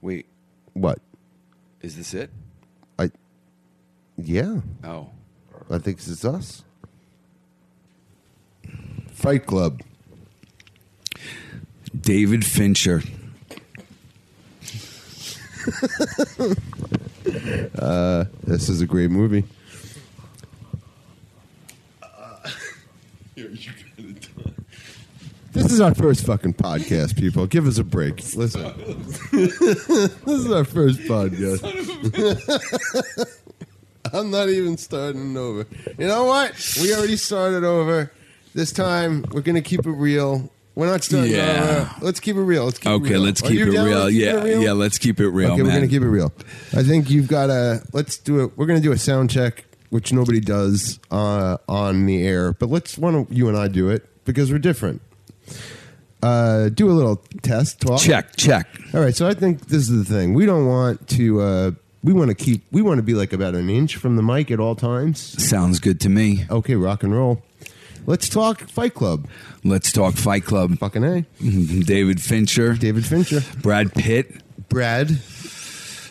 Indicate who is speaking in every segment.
Speaker 1: Wait,
Speaker 2: What?
Speaker 1: is this it?
Speaker 2: I. Yeah,
Speaker 1: Oh,
Speaker 2: I think it's us. Fight Club.
Speaker 1: David Fincher.
Speaker 2: This is a great movie. This is our first fucking podcast, people. Give us a break. Listen. this is our first podcast. I'm not even starting over. You know what? We already started over. This time, we're going to keep it real. We're not starting
Speaker 1: Yeah.
Speaker 2: over. Let's keep it real. Let's keep it
Speaker 1: Okay,
Speaker 2: real.
Speaker 1: let's
Speaker 2: Are
Speaker 1: keep
Speaker 2: you
Speaker 1: it
Speaker 2: down with
Speaker 1: real.
Speaker 2: keeping
Speaker 1: Yeah,
Speaker 2: it real?
Speaker 1: yeah, let's keep it real,
Speaker 2: Okay, we're
Speaker 1: Oh, man.
Speaker 2: gonna keep it real. I think you've got to let's do it. We're gonna do a sound check, which nobody does uh, on the air, but let's why don't you and I do it because we're different. Uh, do a little test talk.
Speaker 1: check, check.
Speaker 2: All right, so I think this is the thing. We don't want to. Uh, we want to keep. We want to be like about an inch from the mic at all times.
Speaker 1: Sounds good to me.
Speaker 2: Okay, rock and roll. Let's talk Fight Club.
Speaker 1: Let's talk Fight Club.
Speaker 2: Fucking a.
Speaker 1: David Fincher,
Speaker 2: David Fincher.
Speaker 1: Brad Pitt,
Speaker 2: Brad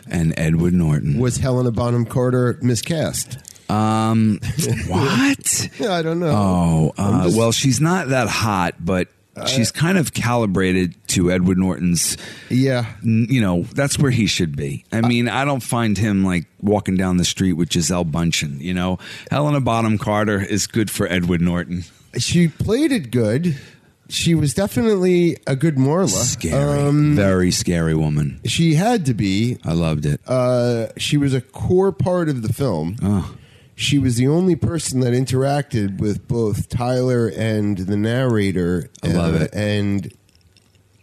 Speaker 1: and Edward Norton.
Speaker 2: was Helena Bonham Carter miscast.
Speaker 1: Um, what?
Speaker 2: Yeah, I don't know.
Speaker 1: Oh,
Speaker 2: I'm
Speaker 1: uh,
Speaker 2: just- Uh,
Speaker 1: well, she's not that hot, but she's kind of calibrated to Edward Norton's.
Speaker 2: Yeah,
Speaker 1: n- You know, that's where he should be. I
Speaker 2: Uh,
Speaker 1: mean, I don't find him like walking down the street with Giselle Bundchen. You know, Helena Bonham Carter is good for Edward Norton.
Speaker 2: she played it good. She was definitely a good Morla.
Speaker 1: Scary,
Speaker 2: Um,
Speaker 1: very scary woman.
Speaker 2: she had to be.
Speaker 1: I loved it.
Speaker 2: Uh, she was a core part of the film.
Speaker 1: Oh.
Speaker 2: She was the only person that interacted with both Tyler and the narrator. uh,
Speaker 1: I love it. Mm-hmm.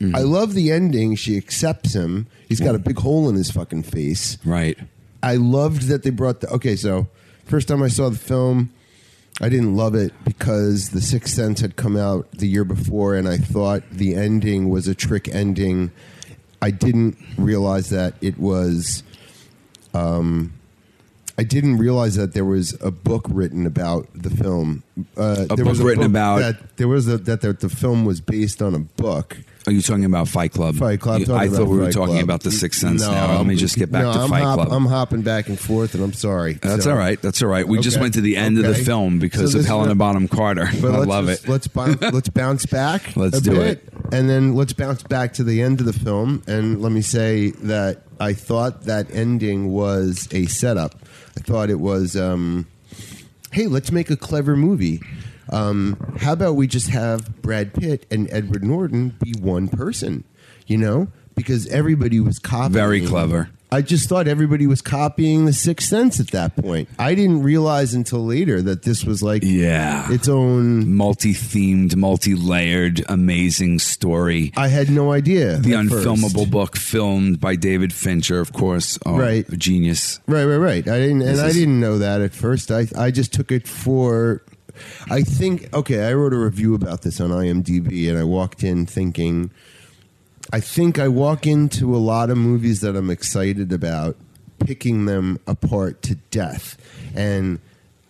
Speaker 2: And I love the ending. She accepts him. He's got a big hole in his fucking face.
Speaker 1: right.
Speaker 2: I loved that they brought the. Okay, so first time I saw the film, I didn't love it because The Sixth Sense had come out the year before, and I thought the ending was a trick ending. I didn't realize that it was. Um, I didn't realize that there was a book written about the film. Uh, there
Speaker 1: A book
Speaker 2: was
Speaker 1: written about-
Speaker 2: that there was a, that the, the film was based on a book.
Speaker 1: Are you talking about Fight Club?
Speaker 2: Fight Club.
Speaker 1: You-
Speaker 2: talking
Speaker 1: I
Speaker 2: about
Speaker 1: thought we were
Speaker 2: Fight
Speaker 1: talking
Speaker 2: Club.
Speaker 1: about the Sixth Sense.
Speaker 2: No,
Speaker 1: now let me
Speaker 2: I'm-
Speaker 1: just get back
Speaker 2: no,
Speaker 1: to
Speaker 2: I'm
Speaker 1: Fight
Speaker 2: hop-
Speaker 1: Club.
Speaker 2: I'm hopping back and forth, and I'm sorry.
Speaker 1: That's
Speaker 2: So-
Speaker 1: all right. That's all right. We just
Speaker 2: Okay.
Speaker 1: went to the end of the
Speaker 2: Okay.
Speaker 1: film because
Speaker 2: So
Speaker 1: of
Speaker 2: this
Speaker 1: Helena
Speaker 2: is-
Speaker 1: Bonham Carter.
Speaker 2: But
Speaker 1: I
Speaker 2: let's
Speaker 1: love
Speaker 2: just-
Speaker 1: it.
Speaker 2: Let's bounce, let's bounce back.
Speaker 1: Let's
Speaker 2: a
Speaker 1: do
Speaker 2: bit, and then let's bounce back to the end of the film. And let me say that I thought that ending was a setup. I thought it was, um, hey, let's make a clever movie. Um, how about we just have Brad Pitt and Edward Norton be one person? You know, because everybody was copying.
Speaker 1: Very clever.
Speaker 2: I just thought everybody was copying The Sixth Sense at that point. I didn't realize until later that this was like
Speaker 1: Yeah.
Speaker 2: its own.
Speaker 1: multi-themed, multi-layered, amazing story.
Speaker 2: I had no idea.
Speaker 1: the
Speaker 2: at first.
Speaker 1: unfilmable book filmed by David Fincher, of course. Oh,
Speaker 2: Right.
Speaker 1: a genius.
Speaker 2: Right, right, right. I didn't, and
Speaker 1: This
Speaker 2: I
Speaker 1: is-
Speaker 2: didn't know that at first. I, I just took it for. I think okay. I wrote a review about this on IMDb, and I walked in thinking. I think I walk into a lot of movies that I'm excited about, picking them apart to death, and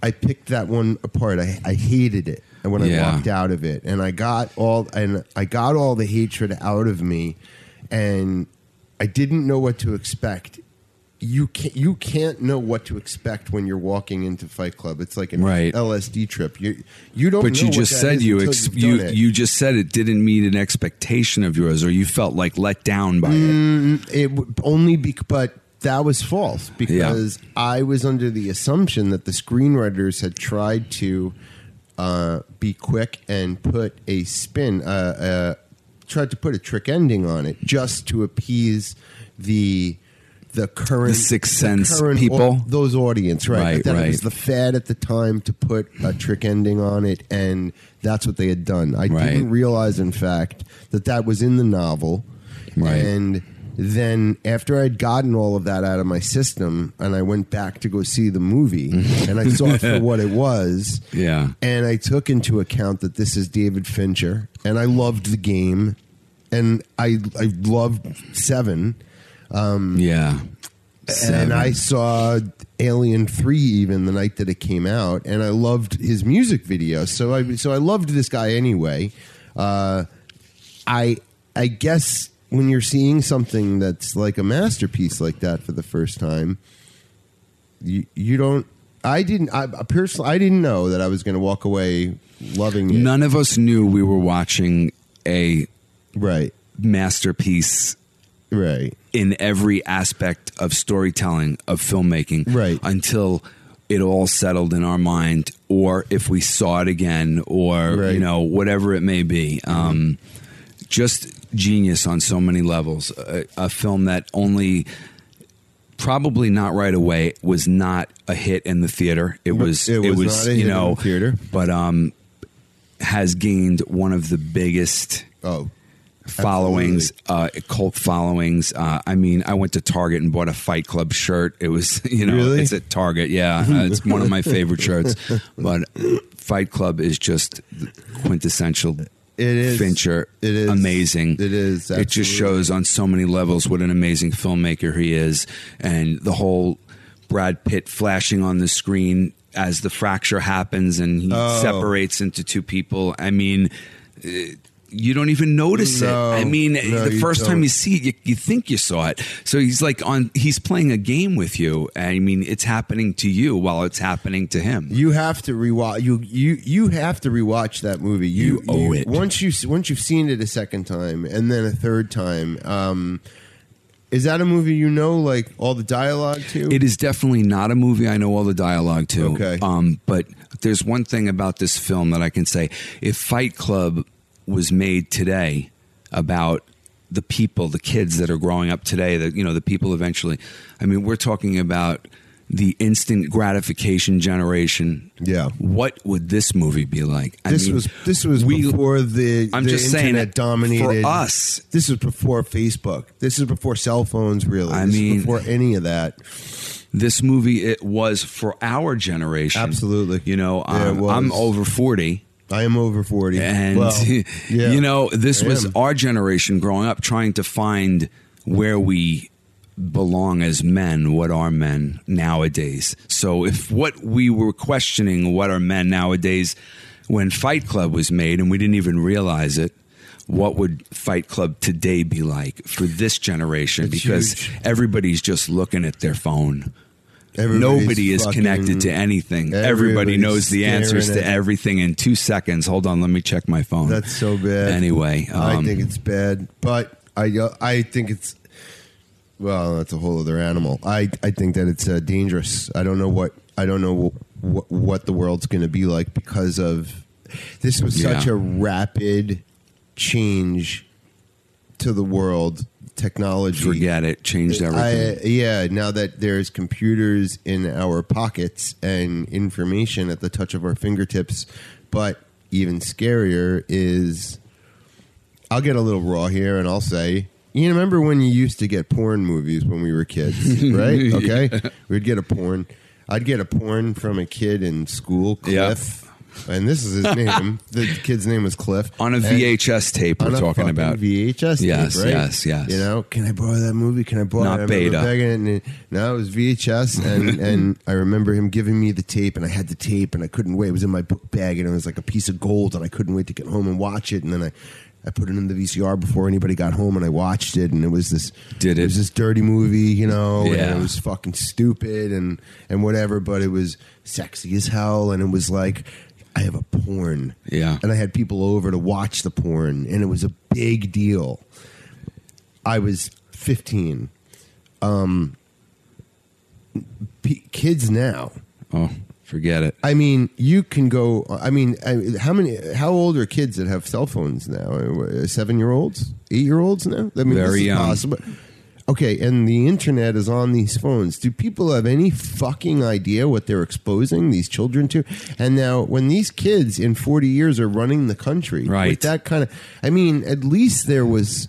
Speaker 2: I picked that one apart. I, I hated it when
Speaker 1: Yeah.
Speaker 2: I walked out of it, and I got all and I got all the hatred out of me, and I didn't know what to expect. You can't you can't know what to expect when you're walking into Fight Club. It's like an
Speaker 1: Right.
Speaker 2: LSD trip. You you don't.
Speaker 1: But
Speaker 2: know
Speaker 1: you
Speaker 2: what
Speaker 1: just
Speaker 2: that
Speaker 1: said
Speaker 2: is
Speaker 1: you
Speaker 2: until
Speaker 1: ex-
Speaker 2: you've
Speaker 1: you
Speaker 2: done it.
Speaker 1: you just said it didn't meet an expectation of yours, or you felt like let down by it.
Speaker 2: it w- only be, but that was false because I was under the assumption that the screenwriters had tried to uh, be quick and put a spin, uh, uh, tried to put a trick ending on it just to appease the the current
Speaker 1: The Sixth Sense
Speaker 2: current au-
Speaker 1: people?
Speaker 2: those audience, right?
Speaker 1: Right,
Speaker 2: but then
Speaker 1: right.
Speaker 2: It was the fad at the time to put a trick ending on it, and that's what they had done. I
Speaker 1: Right.
Speaker 2: didn't realize, in fact, that that was in the novel.
Speaker 1: Right.
Speaker 2: And then after I'd gotten all of that out of my system, and I went back to go see the movie, and I saw it for what it was.
Speaker 1: Yeah.
Speaker 2: And I took into account that this is David Fincher, and I loved the game, and I I loved Seven.
Speaker 1: Yeah.
Speaker 2: Mm. And
Speaker 1: Seven.
Speaker 2: I saw Alien Three even the night that it came out, and I loved his music video. So I so I loved this guy anyway. Uh, I I guess when you're seeing something that's like a masterpiece like that for the first time, you you don't. I didn't. I personally, I didn't know that I was going to walk away loving it.
Speaker 1: None of us knew we were watching a
Speaker 2: Right.
Speaker 1: masterpiece
Speaker 2: Right.
Speaker 1: in every aspect of storytelling of filmmaking
Speaker 2: Right.
Speaker 1: until it all settled in our mind or if we saw it again or you
Speaker 2: Right.
Speaker 1: know whatever it may be um, just genius on so many levels a, a film that only probably not right away was not a hit in the theater it was
Speaker 2: It
Speaker 1: it was,
Speaker 2: was not a hit
Speaker 1: you
Speaker 2: in
Speaker 1: know
Speaker 2: the theater.
Speaker 1: but um has gained one of the biggest
Speaker 2: Oh.
Speaker 1: followings, uh, cult followings. Uh, I mean, I went to Target and bought a Fight Club shirt. It was, you know,
Speaker 2: Really?
Speaker 1: it's at Target. Yeah, uh, it's one of my favorite shirts. But Fight Club is just the quintessential.
Speaker 2: It is.
Speaker 1: Fincher.
Speaker 2: It is.
Speaker 1: amazing.
Speaker 2: It is,
Speaker 1: It just
Speaker 2: absolutely.
Speaker 1: shows on so many levels what an amazing filmmaker he is, and the whole Brad Pitt flashing on the screen as the fracture happens and he
Speaker 2: Oh.
Speaker 1: separates into two people. I mean. eh, You don't even notice
Speaker 2: No.
Speaker 1: it. I mean,
Speaker 2: No,
Speaker 1: the
Speaker 2: you
Speaker 1: 1st time
Speaker 2: don't.
Speaker 1: you see it, you, you think you saw it. So he's like on. He's playing a game with you. I mean, it's happening to you while it's happening to him.
Speaker 2: You have to rewatch. You you you have to rewatch that movie.
Speaker 1: You owe it.
Speaker 2: once you once you've seen it a second time and then a third time. Um, is that a movie you know like all the dialogue to?
Speaker 1: It is definitely not a movie I know all the dialogue to.
Speaker 2: Okay.
Speaker 1: Um, but there's one thing about this film that I can say. If Fight Club was made today about the people, the kids that are growing up today, that you know, the people eventually I mean, we're talking about the instant gratification generation.
Speaker 2: Yeah.
Speaker 1: What would this movie be like? I
Speaker 2: This
Speaker 1: mean,
Speaker 2: was this was before the
Speaker 1: I'm
Speaker 2: the
Speaker 1: just saying
Speaker 2: internet
Speaker 1: that
Speaker 2: dominated
Speaker 1: for us-
Speaker 2: This was before Facebook. This is before cell phones. Really,
Speaker 1: I
Speaker 2: This is
Speaker 1: mean-
Speaker 2: before any of that.
Speaker 1: this movie it was for our generation.
Speaker 2: Absolutely.
Speaker 1: You know,
Speaker 2: Yeah, it
Speaker 1: um, I'm
Speaker 2: was.
Speaker 1: over 40.
Speaker 2: I am over forty,
Speaker 1: and
Speaker 2: Well, yeah.
Speaker 1: you know this
Speaker 2: I
Speaker 1: was
Speaker 2: am.
Speaker 1: our generation growing up trying to find where we belong as men what are men nowadays so if what we were questioning what are men nowadays when fight club was made and we didn't even realize it what would fight club today be like for this generation
Speaker 2: It's
Speaker 1: because
Speaker 2: huge.
Speaker 1: everybody's just looking at their phone
Speaker 2: Everybody's
Speaker 1: Nobody is
Speaker 2: fucking-
Speaker 1: connected to anything. Everybody
Speaker 2: everybody's
Speaker 1: knows the answers
Speaker 2: staring
Speaker 1: to
Speaker 2: at-
Speaker 1: everything in two seconds. Hold on, let me check my phone.
Speaker 2: That's so bad.
Speaker 1: Anyway,
Speaker 2: I
Speaker 1: um,
Speaker 2: think it's bad, but I uh, I think it's well, that's a whole other animal. I I think that it's uh, dangerous. I don't know what I don't know what what the world's going to be like because of this was such
Speaker 1: Yeah.
Speaker 2: a rapid change to the world technology.
Speaker 1: forget it. Changed everything.
Speaker 2: I, yeah, now that there's computers in our pockets and information at the touch of our fingertips, but even scarier is I'll get a little raw here and I'll say, you remember when you used to get porn movies when we were kids, right? Okay. We'd get a porn. I'd get a porn from a kid in school,
Speaker 1: Yeah.
Speaker 2: Cliff. And this is his name. the kid's name was Cliff.
Speaker 1: on a
Speaker 2: And-
Speaker 1: VHS tape,
Speaker 2: on
Speaker 1: we're
Speaker 2: a
Speaker 1: talking
Speaker 2: fucking
Speaker 1: about.
Speaker 2: VHS. tape,
Speaker 1: Yes,
Speaker 2: right?
Speaker 1: yes, yes.
Speaker 2: You know, can I borrow that movie? Can I borrow?
Speaker 1: Not
Speaker 2: it? I remember
Speaker 1: beta.
Speaker 2: begging it, and no, it was VHS, and and I remember him giving me the tape, and I had the tape, and I couldn't wait. It was in my book bag, and it was like a piece of gold, and I couldn't wait to get home and watch it, and then I. I put it in the VCR before anybody got home, and I watched it, and it was this.
Speaker 1: Did it.
Speaker 2: was this dirty movie, you know?
Speaker 1: Yeah.
Speaker 2: And it was fucking stupid and and whatever, but it was sexy as hell, and it was like, I have a porn
Speaker 1: Yeah.
Speaker 2: and I had people over to watch the porn, and it was a big deal. I was 15. Um, p- kids now.
Speaker 1: oh, forget it.
Speaker 2: I mean, you can go. I mean, I, how many? How old are kids that have cell phones now? Seven year olds, eight year olds now. I mean, this
Speaker 1: Very
Speaker 2: is
Speaker 1: young.
Speaker 2: possible. Okay, and the internet is on these phones. Do people have any fucking idea what they're exposing these children to? And now, when these kids in forty years are running the country,
Speaker 1: Right.
Speaker 2: With that kind of, I mean, at least there was.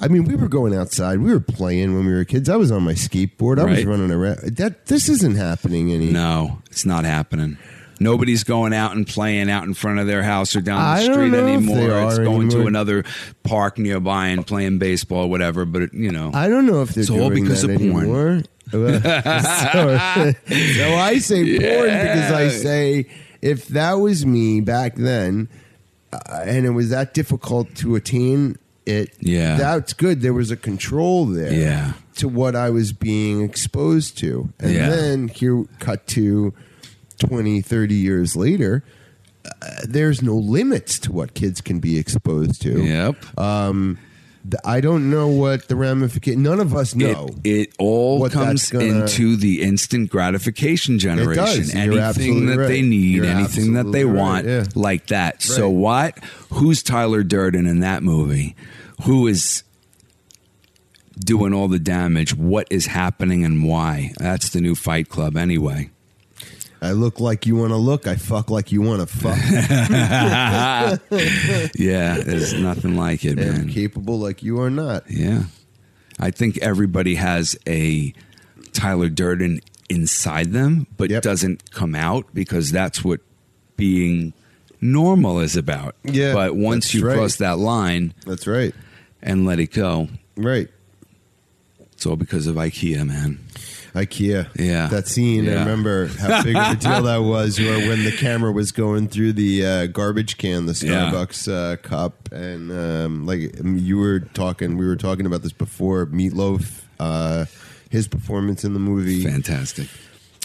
Speaker 2: I mean, we were going outside. We were playing when we were kids. I was on my skateboard. I was
Speaker 1: Right.
Speaker 2: running around. That this isn't happening any.
Speaker 1: No, it's not happening. Nobody's going out and playing out in front of their house or down the
Speaker 2: I don't
Speaker 1: street
Speaker 2: know if
Speaker 1: anymore.
Speaker 2: they
Speaker 1: It's
Speaker 2: are
Speaker 1: going to
Speaker 2: anymore.
Speaker 1: another park nearby and playing baseball, or whatever. But it, you know,
Speaker 2: I don't know if they're
Speaker 1: It's
Speaker 2: doing
Speaker 1: all because
Speaker 2: that
Speaker 1: of porn.
Speaker 2: anymore. Well, so, so I say porn because I say if that was me back then, uh, and it was that difficult to attain it.
Speaker 1: Yeah.
Speaker 2: That's good. There was a control there
Speaker 1: Yeah.
Speaker 2: to what I was being exposed to. And
Speaker 1: Yeah.
Speaker 2: then here, cut to 20, 30 years later, uh, there's no limits to what kids can be exposed to.
Speaker 1: Yep.
Speaker 2: Th- I don't know what the ramification, none of us know.
Speaker 1: It, it all
Speaker 2: What that's
Speaker 1: comes
Speaker 2: gonna-
Speaker 1: into the instant gratification generation.
Speaker 2: You're
Speaker 1: anything
Speaker 2: absolutely
Speaker 1: that
Speaker 2: right.
Speaker 1: they need,
Speaker 2: You're
Speaker 1: anything that they
Speaker 2: absolutely right,
Speaker 1: want,
Speaker 2: yeah.
Speaker 1: like that. So
Speaker 2: Right.
Speaker 1: what? Who's Tyler Durden in that movie? Who is doing all the damage? What is happening and why? That's the new Fight Club, anyway.
Speaker 2: I look like you want to look. I fuck like you want to fuck.
Speaker 1: Yeah, there's nothing like it,
Speaker 2: I'm
Speaker 1: man.
Speaker 2: capable like you are not.
Speaker 1: Yeah. I think everybody has a Tyler Durden inside them, but
Speaker 2: Yep.
Speaker 1: doesn't come out because that's what being normal is about.
Speaker 2: Yeah,
Speaker 1: But once
Speaker 2: that's
Speaker 1: you
Speaker 2: right.
Speaker 1: cross that line
Speaker 2: That's right.
Speaker 1: and let it go,
Speaker 2: Right.
Speaker 1: it's all because of IKEA, man.
Speaker 2: IKEA.
Speaker 1: Yeah.
Speaker 2: That scene,
Speaker 1: Yeah.
Speaker 2: I remember how big of a deal that was where when the camera was going through the uh, garbage can, the
Speaker 1: Yeah.
Speaker 2: Starbucks uh, cup. And um, like I mean, you were talking, we were talking about this before Meatloaf, uh, his performance in the movie.
Speaker 1: Fantastic.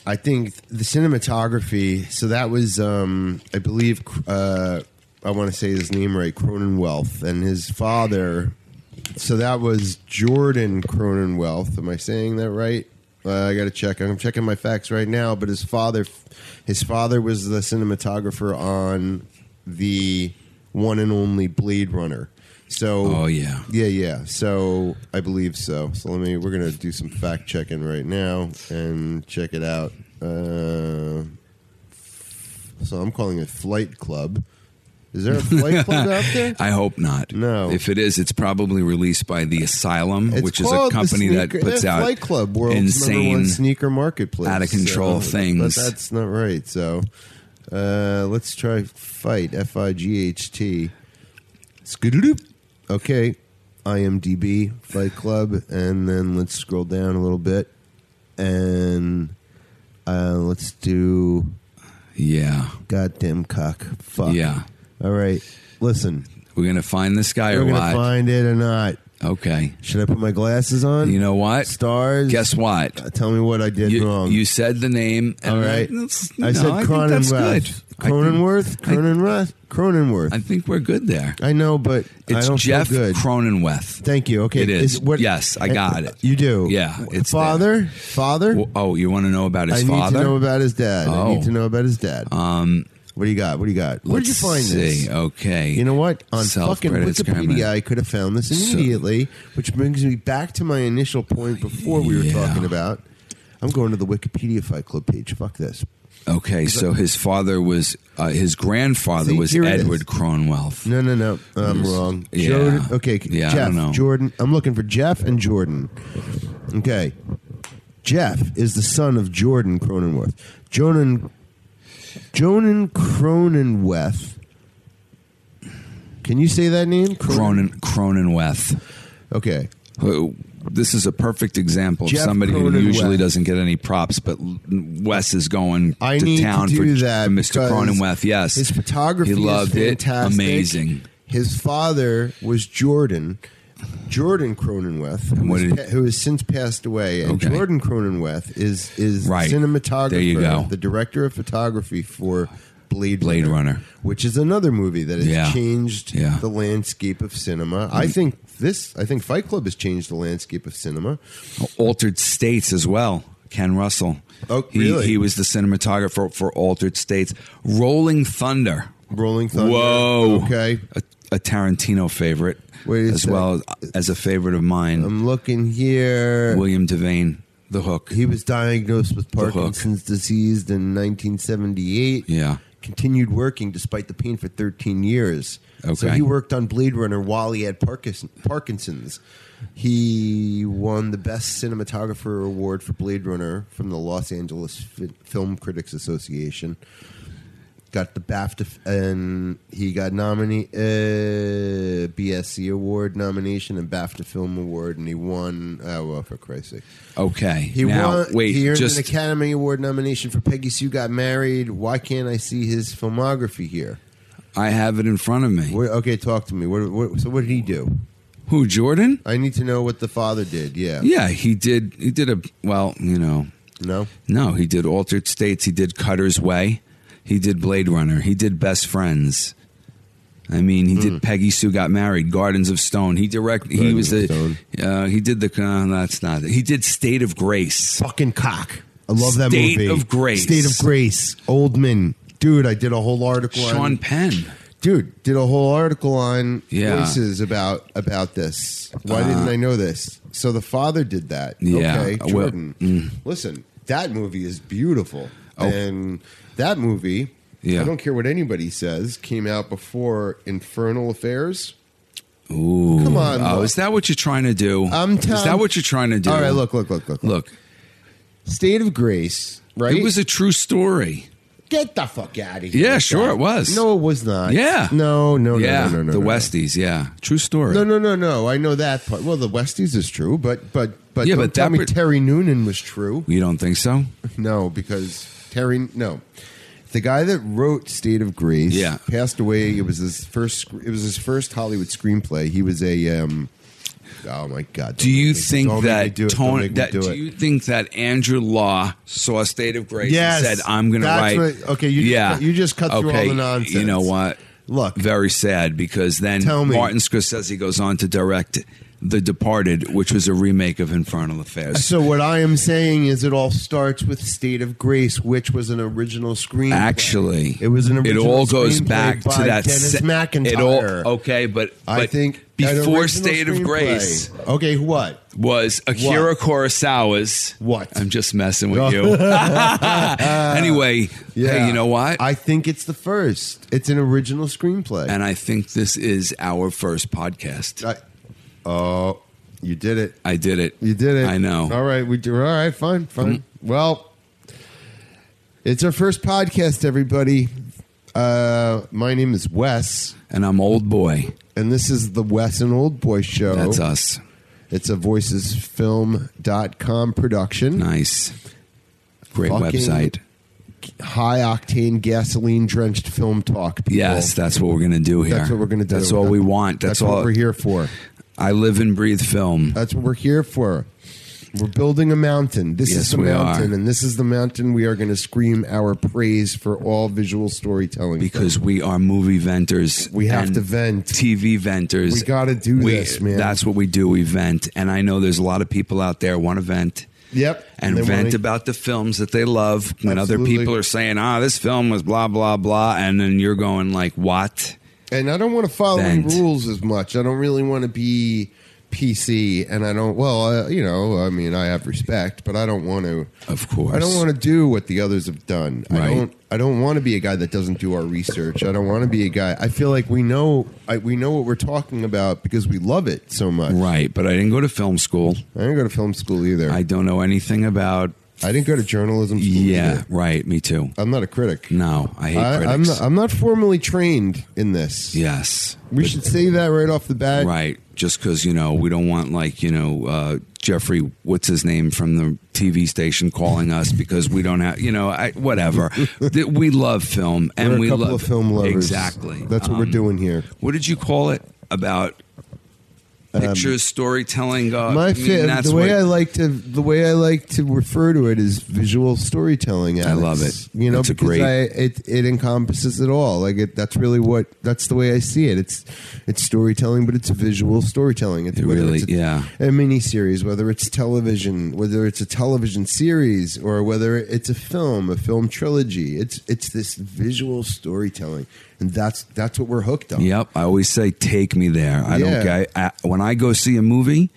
Speaker 2: I think the cinematography. So that was, um, I believe, uh, I want to say his name right, Cronenwealth, and his father. So that was Jordan Cronenwealth. Am I saying that right? Uh, I got to check. I'm checking my facts right now. But his father, his father was the cinematographer on the one and only Blade Runner. So,
Speaker 1: Oh, yeah.
Speaker 2: yeah, yeah. So I believe so. So let me. We're gonna do some fact checking right now and check it out. Uh, so I'm calling it Flight Club. Is there a Flight Club out there?
Speaker 1: I hope not.
Speaker 2: No.
Speaker 1: If it is, it's probably released by the Asylum,
Speaker 2: It's
Speaker 1: which is a
Speaker 2: called the
Speaker 1: company that
Speaker 2: sneaker-
Speaker 1: puts
Speaker 2: yeah,
Speaker 1: out
Speaker 2: Flight Club, world's number
Speaker 1: insane.
Speaker 2: one sneaker marketplace,
Speaker 1: out of control
Speaker 2: so,
Speaker 1: things.
Speaker 2: But that's not right. So uh, let's try Fight F I G H T. Skidoo. Okay, IMDb Fight Club, and then let's scroll down a little bit, and uh, let's do
Speaker 1: yeah.
Speaker 2: goddamn cock. Fuck
Speaker 1: Yeah.
Speaker 2: All right, listen.
Speaker 1: We're going to find this guy
Speaker 2: We're
Speaker 1: or
Speaker 2: gonna
Speaker 1: what?
Speaker 2: find it or not.
Speaker 1: okay.
Speaker 2: Should I put my glasses on?
Speaker 1: You know what?
Speaker 2: stars.
Speaker 1: Guess what?
Speaker 2: Uh, Tell me what I did
Speaker 1: you,
Speaker 2: wrong.
Speaker 1: you said the name. And
Speaker 2: All right.
Speaker 1: that's-
Speaker 2: I
Speaker 1: no,
Speaker 2: said
Speaker 1: I think that's good.
Speaker 2: Cronenworth. Cronenworth?
Speaker 1: I think-
Speaker 2: Cronenworth? Cronenworth.
Speaker 1: I think we're good there.
Speaker 2: I know, but I
Speaker 1: It's
Speaker 2: don't
Speaker 1: Jeff
Speaker 2: feel good.
Speaker 1: Cronenweth.
Speaker 2: Thank you. Okay. eh,
Speaker 1: It is. Yes, I got it.
Speaker 2: You do.
Speaker 1: Yeah, it's
Speaker 2: father. Father.
Speaker 1: Well, oh, you want to know about his
Speaker 2: I need
Speaker 1: father?
Speaker 2: to know about his dad. I
Speaker 1: Oh.
Speaker 2: need to know about his dad.
Speaker 1: um,
Speaker 2: what do you got? What do you got? Where did you
Speaker 1: let's
Speaker 2: find
Speaker 1: see.
Speaker 2: this?
Speaker 1: Okay.
Speaker 2: You know what? On fucking
Speaker 1: Self-credit
Speaker 2: Wikipedia,
Speaker 1: grammar.
Speaker 2: I could have found this
Speaker 1: So-
Speaker 2: immediately, which brings me back to my initial point before we were
Speaker 1: Yeah.
Speaker 2: talking about. I'm going to the Wikipedia Fight Club page. Fuck this.
Speaker 1: okay, so his father was uh, his grandfather
Speaker 2: See,
Speaker 1: was
Speaker 2: here it is.
Speaker 1: Edward Cronwell.
Speaker 2: No, no, no. I'm wrong.
Speaker 1: Yeah.
Speaker 2: Jordan. Okay.
Speaker 1: Yeah, I
Speaker 2: Jeff.
Speaker 1: don't know.
Speaker 2: Jordan. I'm looking for Jeff and Jordan. Okay. Jeff is the son of Jordan Cronenworth. Jonan Jonan Cronenweth. Can you say that name?
Speaker 1: Cronen Cronenweth.
Speaker 2: Okay.
Speaker 1: Who- This is a perfect example of
Speaker 2: Jeff
Speaker 1: somebody who
Speaker 2: Cronenweth.
Speaker 1: usually doesn't get any props, but L- Wes is going
Speaker 2: I
Speaker 1: to
Speaker 2: need
Speaker 1: town
Speaker 2: to do
Speaker 1: for
Speaker 2: that.
Speaker 1: Mr.
Speaker 2: because
Speaker 1: Cronenweth. Yes,
Speaker 2: his photography
Speaker 1: he loved
Speaker 2: is fantastic.
Speaker 1: it, amazing.
Speaker 2: His father was Jordan, Jordan Cronenweth, who,
Speaker 1: What
Speaker 2: was
Speaker 1: did-
Speaker 2: pa- who has since passed away, and
Speaker 1: Okay.
Speaker 2: Jordan Cronenweth is is
Speaker 1: Right.
Speaker 2: cinematographer,
Speaker 1: There you go.
Speaker 2: the director of photography for Blade
Speaker 1: Blade Runner.
Speaker 2: which is another movie that has
Speaker 1: Yeah.
Speaker 2: changed
Speaker 1: Yeah. Mm.
Speaker 2: the landscape of cinema. I think this, I think Fight Club has changed the landscape of cinema.
Speaker 1: Altered States as well. Ken Russell.
Speaker 2: Oh,
Speaker 1: he,
Speaker 2: really?
Speaker 1: He was the cinematographer for Altered States. Rolling Thunder.
Speaker 2: Rolling Thunder.
Speaker 1: Whoa.
Speaker 2: Okay.
Speaker 1: A, a Tarantino favorite,
Speaker 2: Wait a
Speaker 1: as
Speaker 2: sec.
Speaker 1: well as, as a favorite of mine,
Speaker 2: I'm looking here.
Speaker 1: William Devane, The Hook.
Speaker 2: He was diagnosed with
Speaker 1: hook.
Speaker 2: Parkinson's disease in 1978.
Speaker 1: yeah.
Speaker 2: Continued working despite the pain for 13 years. So
Speaker 1: Okay.
Speaker 2: he worked on Blade Runner while he had Parkis- Parkinson's. He won the Best Cinematographer Award for Blade Runner from the Los Angeles Fi- Film Critics Association. Got the BAFTA, f- and he got nominee uh, BSC Award nomination and BAFTA Film Award, and he won. Oh well, for Christ's sake.
Speaker 1: Okay.
Speaker 2: He
Speaker 1: now,
Speaker 2: won.
Speaker 1: wait,
Speaker 2: he earned
Speaker 1: just
Speaker 2: an Academy Award nomination for Peggy Sue Got Married. Why can't I see his filmography here?
Speaker 1: I have it in front of me.
Speaker 2: Where, okay, talk to me. What, what, so what did he do?
Speaker 1: Who Jordan?
Speaker 2: I need to know what the father did. Yeah.
Speaker 1: Yeah, he did. He did a well. You know,
Speaker 2: No.
Speaker 1: no, he did Altered States. He did Cutter's Way. He did Blade Runner. He did Best Friends. I mean, he did Peggy Sue Got Married, Gardens of Stone. He direct. he
Speaker 2: Hmm. Gardens
Speaker 1: was
Speaker 2: of
Speaker 1: the.
Speaker 2: Stone.
Speaker 1: Uh, he did the. Uh, that's not. It. He did State of Grace.
Speaker 2: Fucking cock. I love that
Speaker 1: State
Speaker 2: movie.
Speaker 1: of Grace.
Speaker 2: State of Grace. Oldman. Dude, I did a whole article.
Speaker 1: Sean
Speaker 2: on,
Speaker 1: Penn.
Speaker 2: dude, did a whole article on
Speaker 1: Yeah. Uh,
Speaker 2: voices about about this. Why didn't I know this? So the father did that.
Speaker 1: Yeah,
Speaker 2: Okay,
Speaker 1: well, mm.
Speaker 2: Jordan. Listen, that movie is beautiful,
Speaker 1: Oh.
Speaker 2: and that movie.
Speaker 1: Yeah.
Speaker 2: I don't care what anybody says. Came out before Infernal Affairs.
Speaker 1: Ooh,
Speaker 2: Come on,
Speaker 1: Oh,
Speaker 2: look.
Speaker 1: is that what you're trying to do?
Speaker 2: I'm
Speaker 1: Is
Speaker 2: telling-
Speaker 1: that what you're trying to do?
Speaker 2: All right, look, look, look, look,
Speaker 1: look.
Speaker 2: State of Grace. Right.
Speaker 1: It was a true story.
Speaker 2: Get the fuck out of here.
Speaker 1: Yeah, sure, it was.
Speaker 2: No, it was not.
Speaker 1: Yeah.
Speaker 2: No, no, no,
Speaker 1: yeah,
Speaker 2: no, no, no.
Speaker 1: the
Speaker 2: no.
Speaker 1: Westies. Yeah, true story.
Speaker 2: No, no, no, no. I know that part. Well, the Westies is true, but but but
Speaker 1: Yeah,
Speaker 2: don't
Speaker 1: but
Speaker 2: tell
Speaker 1: that
Speaker 2: me
Speaker 1: per-
Speaker 2: Terry Noonan was true.
Speaker 1: You don't think so?
Speaker 2: No, because Terry no. The guy that wrote State of Grace
Speaker 1: Yeah.
Speaker 2: passed away. It was his first sc- it was his first Hollywood screenplay. He was a um Oh my god.
Speaker 1: Do
Speaker 2: don't
Speaker 1: you
Speaker 2: make me-
Speaker 1: think
Speaker 2: don't make me
Speaker 1: that
Speaker 2: do it. Don't
Speaker 1: Tony?
Speaker 2: make me
Speaker 1: That
Speaker 2: do
Speaker 1: do
Speaker 2: it.
Speaker 1: you think that Andrew Law saw State of Grace
Speaker 2: Yes,
Speaker 1: and said, "I'm going to
Speaker 2: that's
Speaker 1: write"?
Speaker 2: what- okay, you just
Speaker 1: yeah,
Speaker 2: cut- you just cut through all
Speaker 1: Okay,
Speaker 2: the nonsense.
Speaker 1: You know what?
Speaker 2: Look.
Speaker 1: very sad because then
Speaker 2: Tell me.
Speaker 1: Martin Scorsese goes on to direct The Departed, which was a remake of Infernal Affairs.
Speaker 2: So what I am saying is, it all starts with State of Grace, which was an original screenplay.
Speaker 1: Actually,
Speaker 2: it was an.
Speaker 1: It
Speaker 2: Original
Speaker 1: all goes
Speaker 2: screenplay
Speaker 1: back to
Speaker 2: by
Speaker 1: that
Speaker 2: Dennis
Speaker 1: se-
Speaker 2: McIntyre.
Speaker 1: It all okay, but,
Speaker 2: I
Speaker 1: but
Speaker 2: think an
Speaker 1: before
Speaker 2: original
Speaker 1: State of
Speaker 2: screenplay.
Speaker 1: Grace
Speaker 2: Okay, what?
Speaker 1: was Akira
Speaker 2: What?
Speaker 1: Kurosawa's.
Speaker 2: What?
Speaker 1: I'm just messing with you. anyway, hey, you know what?
Speaker 2: I think it's the first. It's an original screenplay.
Speaker 1: and I think this is our first podcast.
Speaker 2: I- oh, you did it.
Speaker 1: I did it.
Speaker 2: You did it.
Speaker 1: I know. Mm.
Speaker 2: All right, we do. All right, fine, fine. Well, it's our first podcast, everybody. Uh, my name is Wes,
Speaker 1: And I'm old boy.
Speaker 2: and this is the Wes and Old Boy Show.
Speaker 1: That's us.
Speaker 2: It's a voicesfilm.com production.
Speaker 1: Nice. Great
Speaker 2: Fucking
Speaker 1: website.
Speaker 2: High octane gasoline drenched film talk. People.
Speaker 1: Yes, that's what we're gonna do here.
Speaker 2: That's what we're going to do.
Speaker 1: That's all we want. That's, all
Speaker 2: what we're here for.
Speaker 1: I live and breathe film.
Speaker 2: That's what we're here for. We're building a mountain. This
Speaker 1: Yes,
Speaker 2: is the
Speaker 1: we are.
Speaker 2: mountain, and this is the mountain we are going to scream our praise for all visual storytelling.
Speaker 1: because we are movie venters.
Speaker 2: We have
Speaker 1: and
Speaker 2: to vent.
Speaker 1: TV venters.
Speaker 2: We gotta do
Speaker 1: We-
Speaker 2: this, man.
Speaker 1: That's what we do. We vent, and I know there's a lot of people out there want to vent.
Speaker 2: Yep.
Speaker 1: And,
Speaker 2: they
Speaker 1: vent
Speaker 2: wanna-
Speaker 1: about the films that they love when other
Speaker 2: Absolutely.
Speaker 1: people are saying, "Ah, this film was blah blah blah," and then you're going like, "What?"
Speaker 2: And I don't want to follow any
Speaker 1: Vent.
Speaker 2: rules as much. I don't really want to be PC, and I don't. Well, uh, you know, I mean, I have respect, but I don't want to.
Speaker 1: Of course,
Speaker 2: I don't want to do what the others have done.
Speaker 1: Right.
Speaker 2: I don't. I don't want to be a guy that doesn't do our research. I don't want to be a guy. I feel like we know. I, we know what we're talking about because we love it so much.
Speaker 1: Right, but I didn't go to film school.
Speaker 2: I didn't go to film school either.
Speaker 1: I
Speaker 2: I,
Speaker 1: don't know anything about.
Speaker 2: didn't go to journalism. School
Speaker 1: Yeah,
Speaker 2: either.
Speaker 1: right. Me too.
Speaker 2: I'm not a critic.
Speaker 1: No, I hate
Speaker 2: I,
Speaker 1: critics.
Speaker 2: I'm not, I'm not formally trained in this.
Speaker 1: yes,
Speaker 2: We should say that right off the bat.
Speaker 1: Right. Just because, you know, we don't want, like, you know, uh, Jeffrey, what's his name from the TV station calling us because we don't have, you know, I, whatever. Th- we love film and
Speaker 2: We're a
Speaker 1: we
Speaker 2: couple
Speaker 1: love
Speaker 2: of film lovers.
Speaker 1: Exactly.
Speaker 2: That's what we're
Speaker 1: Um,
Speaker 2: doing here.
Speaker 1: What did you call it about pictures, storytelling? Uh,
Speaker 2: Um, My
Speaker 1: I
Speaker 2: fa-
Speaker 1: mean, that's
Speaker 2: the way
Speaker 1: what-
Speaker 2: I like to the way I like to refer to it is visual storytelling. Alex.
Speaker 1: love it.
Speaker 2: You know,
Speaker 1: That's a
Speaker 2: because
Speaker 1: great-
Speaker 2: I, it it encompasses it all. Like it, that's really what that's the way I see it. It's it's storytelling, but it's visual storytelling. It's
Speaker 1: It
Speaker 2: whether
Speaker 1: really-
Speaker 2: it's a,
Speaker 1: yeah.
Speaker 2: a miniseries, whether it's television, whether it's a television series, or whether it's a film, a film trilogy. It's it's this visual storytelling, and that's that's what we're hooked on.
Speaker 1: Yep, I always say, "Take me there." I don't.
Speaker 2: Yeah.
Speaker 1: I, I, when I go see a movie,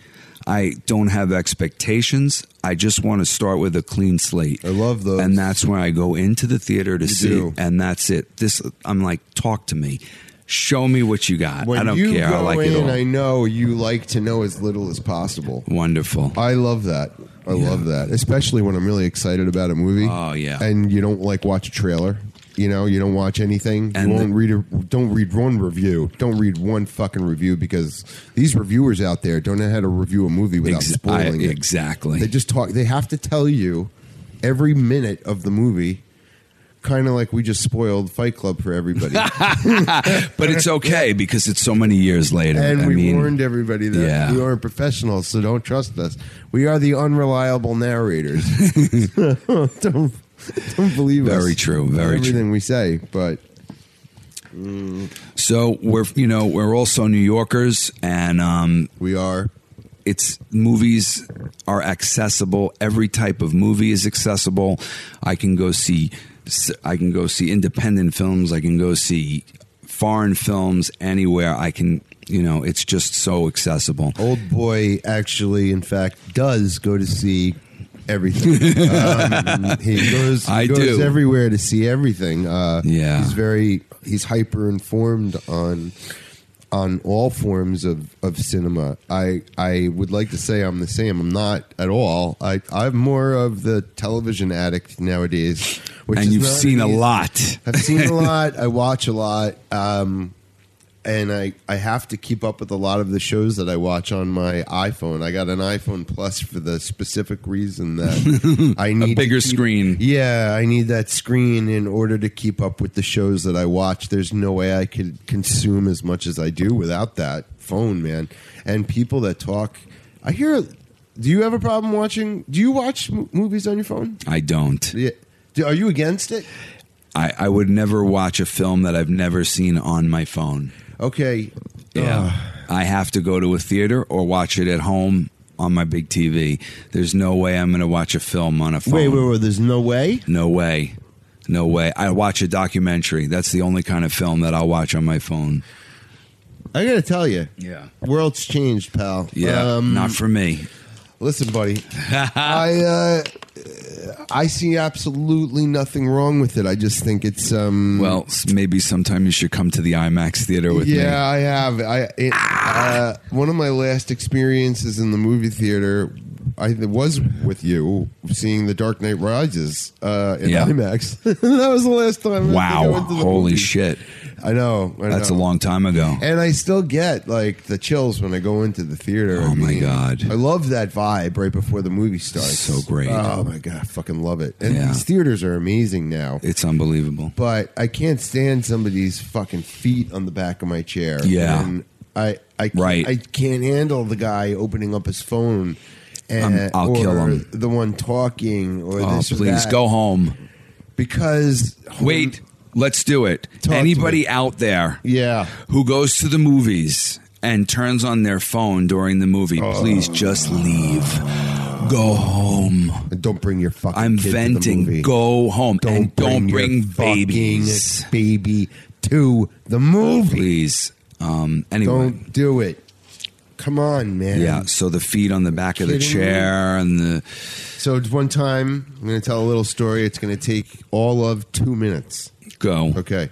Speaker 1: I don't have expectations. I just want to start with a clean slate.
Speaker 2: I love those.
Speaker 1: and that's when I go into the theater to see,
Speaker 2: do.
Speaker 1: and that's it. This, I'm like, talk to me, show me what you got.
Speaker 2: When
Speaker 1: I don't
Speaker 2: you
Speaker 1: care.
Speaker 2: go
Speaker 1: I like
Speaker 2: in,
Speaker 1: it all.
Speaker 2: I know you like to know as little as possible.
Speaker 1: Wonderful.
Speaker 2: I love that. I love that, especially when I'm really excited about a movie.
Speaker 1: Oh, yeah.
Speaker 2: and you don't like watch a trailer. You know, you don't watch anything.
Speaker 1: And
Speaker 2: you won't
Speaker 1: the-
Speaker 2: read. A, don't read one review. Don't read one fucking review because these reviewers out there don't know how to review a movie without
Speaker 1: Ex- I-
Speaker 2: spoiling it.
Speaker 1: exactly.
Speaker 2: They just talk. They have to tell you every minute of the movie kind of like we just spoiled Fight Club for everybody,
Speaker 1: But it's okay because it's so many years later.
Speaker 2: and
Speaker 1: I
Speaker 2: we
Speaker 1: mean,
Speaker 2: warned everybody that
Speaker 1: yeah.
Speaker 2: we aren't professionals, so don't trust us. We are the unreliable narrators. don't, don't believe us.
Speaker 1: Very true, very true.
Speaker 2: everything we say, but
Speaker 1: So we're you know we're also New Yorkers, and um,
Speaker 2: we are.
Speaker 1: it's movies are accessible. Every type of movie is accessible. I can go see I can go see independent films. I can go see foreign films anywhere. I can you know it's just so accessible.
Speaker 2: Old boy actually, in fact, does go to see everything. um, he goes,
Speaker 1: I
Speaker 2: goes
Speaker 1: do.
Speaker 2: everywhere to see everything. Uh,
Speaker 1: Yeah.
Speaker 2: he's very he's hyper informed on on all forms of, of cinema. I I would like to say I'm the same. I'm not at all. I I'm more of the television addict nowadays. Which
Speaker 1: And
Speaker 2: is
Speaker 1: you've
Speaker 2: not
Speaker 1: seen a
Speaker 2: an easy-
Speaker 1: lot.
Speaker 2: I've seen a lot. I watch a lot. Um, and I, I have to keep up with a lot of the shows that I watch on my iPhone. I got an iPhone Plus for the specific reason that I need to
Speaker 1: bigger
Speaker 2: keep-
Speaker 1: screen.
Speaker 2: Yeah, I need that screen in order to keep up with the shows that I watch. There's no way I could consume as much as I do without that phone, man. And people that talk, I hear. Do you have a problem watching? Do you watch m- movies on your phone?
Speaker 1: I don't.
Speaker 2: Yeah. Do- Are you against it?
Speaker 1: I, I would never watch a film that I've never seen on my phone.
Speaker 2: Okay.
Speaker 1: Uh, I have to go to a theater or watch it at home on my big TV. There's no way I'm going to watch a film on a phone.
Speaker 2: Wait, wait, wait. There's no way.
Speaker 1: No way. No way. I watch a documentary. That's the only kind of film that I'll watch on my phone.
Speaker 2: I gotta tell you,
Speaker 1: Yeah.
Speaker 2: world's changed, pal.
Speaker 1: Yeah.
Speaker 2: Um,
Speaker 1: not for me.
Speaker 2: listen, buddy. I uh, I see absolutely nothing wrong with it. I just think it's um.
Speaker 1: Well, s- maybe sometime you should come to the IMAX theater with
Speaker 2: yeah,
Speaker 1: me. Ah!
Speaker 2: I have. I it, uh, one of my last experiences in the movie theater. I it was with you seeing The Dark Knight Rises uh, in
Speaker 1: Yeah.
Speaker 2: IMAX. that was the last time. I
Speaker 1: Wow.
Speaker 2: think I went to the
Speaker 1: Holy
Speaker 2: movie.
Speaker 1: shit.
Speaker 2: I know. I
Speaker 1: That's
Speaker 2: know.
Speaker 1: a long time ago.
Speaker 2: And I still get like the chills when I go into the theater.
Speaker 1: Oh,
Speaker 2: I
Speaker 1: my God.
Speaker 2: I love that vibe right before the movie starts.
Speaker 1: So great.
Speaker 2: Oh my god, I fucking love it. And
Speaker 1: Yeah.
Speaker 2: these theaters are amazing now.
Speaker 1: It's unbelievable.
Speaker 2: But I can't stand somebody's fucking feet on the back of my chair.
Speaker 1: Yeah.
Speaker 2: And I I can't,
Speaker 1: Right.
Speaker 2: I can't handle the guy opening up his phone. And,
Speaker 1: I'm- I'll
Speaker 2: or
Speaker 1: kill him.
Speaker 2: The one talking, or
Speaker 1: Oh,
Speaker 2: this or
Speaker 1: please
Speaker 2: that.
Speaker 1: go home.
Speaker 2: because
Speaker 1: Wait. Let's do it.
Speaker 2: Talk to me.
Speaker 1: Anybody out there
Speaker 2: Yeah,
Speaker 1: who goes to the movies and turns on their phone during the movie,
Speaker 2: Oh.
Speaker 1: please just leave. Go home.
Speaker 2: and don't bring your fucking.
Speaker 1: I'm
Speaker 2: kid to the
Speaker 1: venting.
Speaker 2: movie.
Speaker 1: Go home and don't bring
Speaker 2: your fucking
Speaker 1: babies.
Speaker 2: baby to the movie.
Speaker 1: Please. Um, anyway.
Speaker 2: Don't do it. Come on, man.
Speaker 1: Yeah. So the feet on the back of the
Speaker 2: Kidding me?
Speaker 1: chair and the
Speaker 2: So it's one time I'm going to tell a little story. It's going to take all of two minutes.
Speaker 1: go.
Speaker 2: Okay.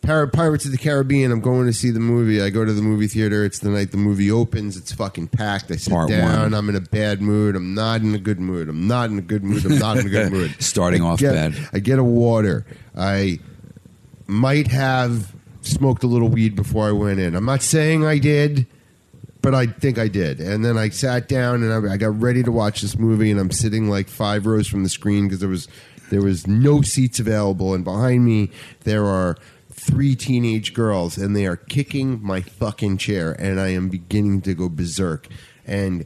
Speaker 2: Pir- Pirates of the Caribbean. I'm going to see the movie. I go to the movie theater. It's the night the movie opens. It's fucking packed. I sit
Speaker 1: Part
Speaker 2: down.
Speaker 1: one.
Speaker 2: I'm in a bad mood. I'm not in a good mood. I'm not in a good mood. I'm not in a good mood.
Speaker 1: Starting
Speaker 2: I
Speaker 1: off
Speaker 2: get-
Speaker 1: bad.
Speaker 2: I get a water. I might have smoked a little weed before I went in. I'm not saying I did, but I think I did. And then I sat down and I, I got ready to watch this movie, and I'm sitting like five rows from the screen because there was there was no seats available, and behind me there are three teenage girls, and they are kicking my fucking chair, and I am beginning to go berserk, and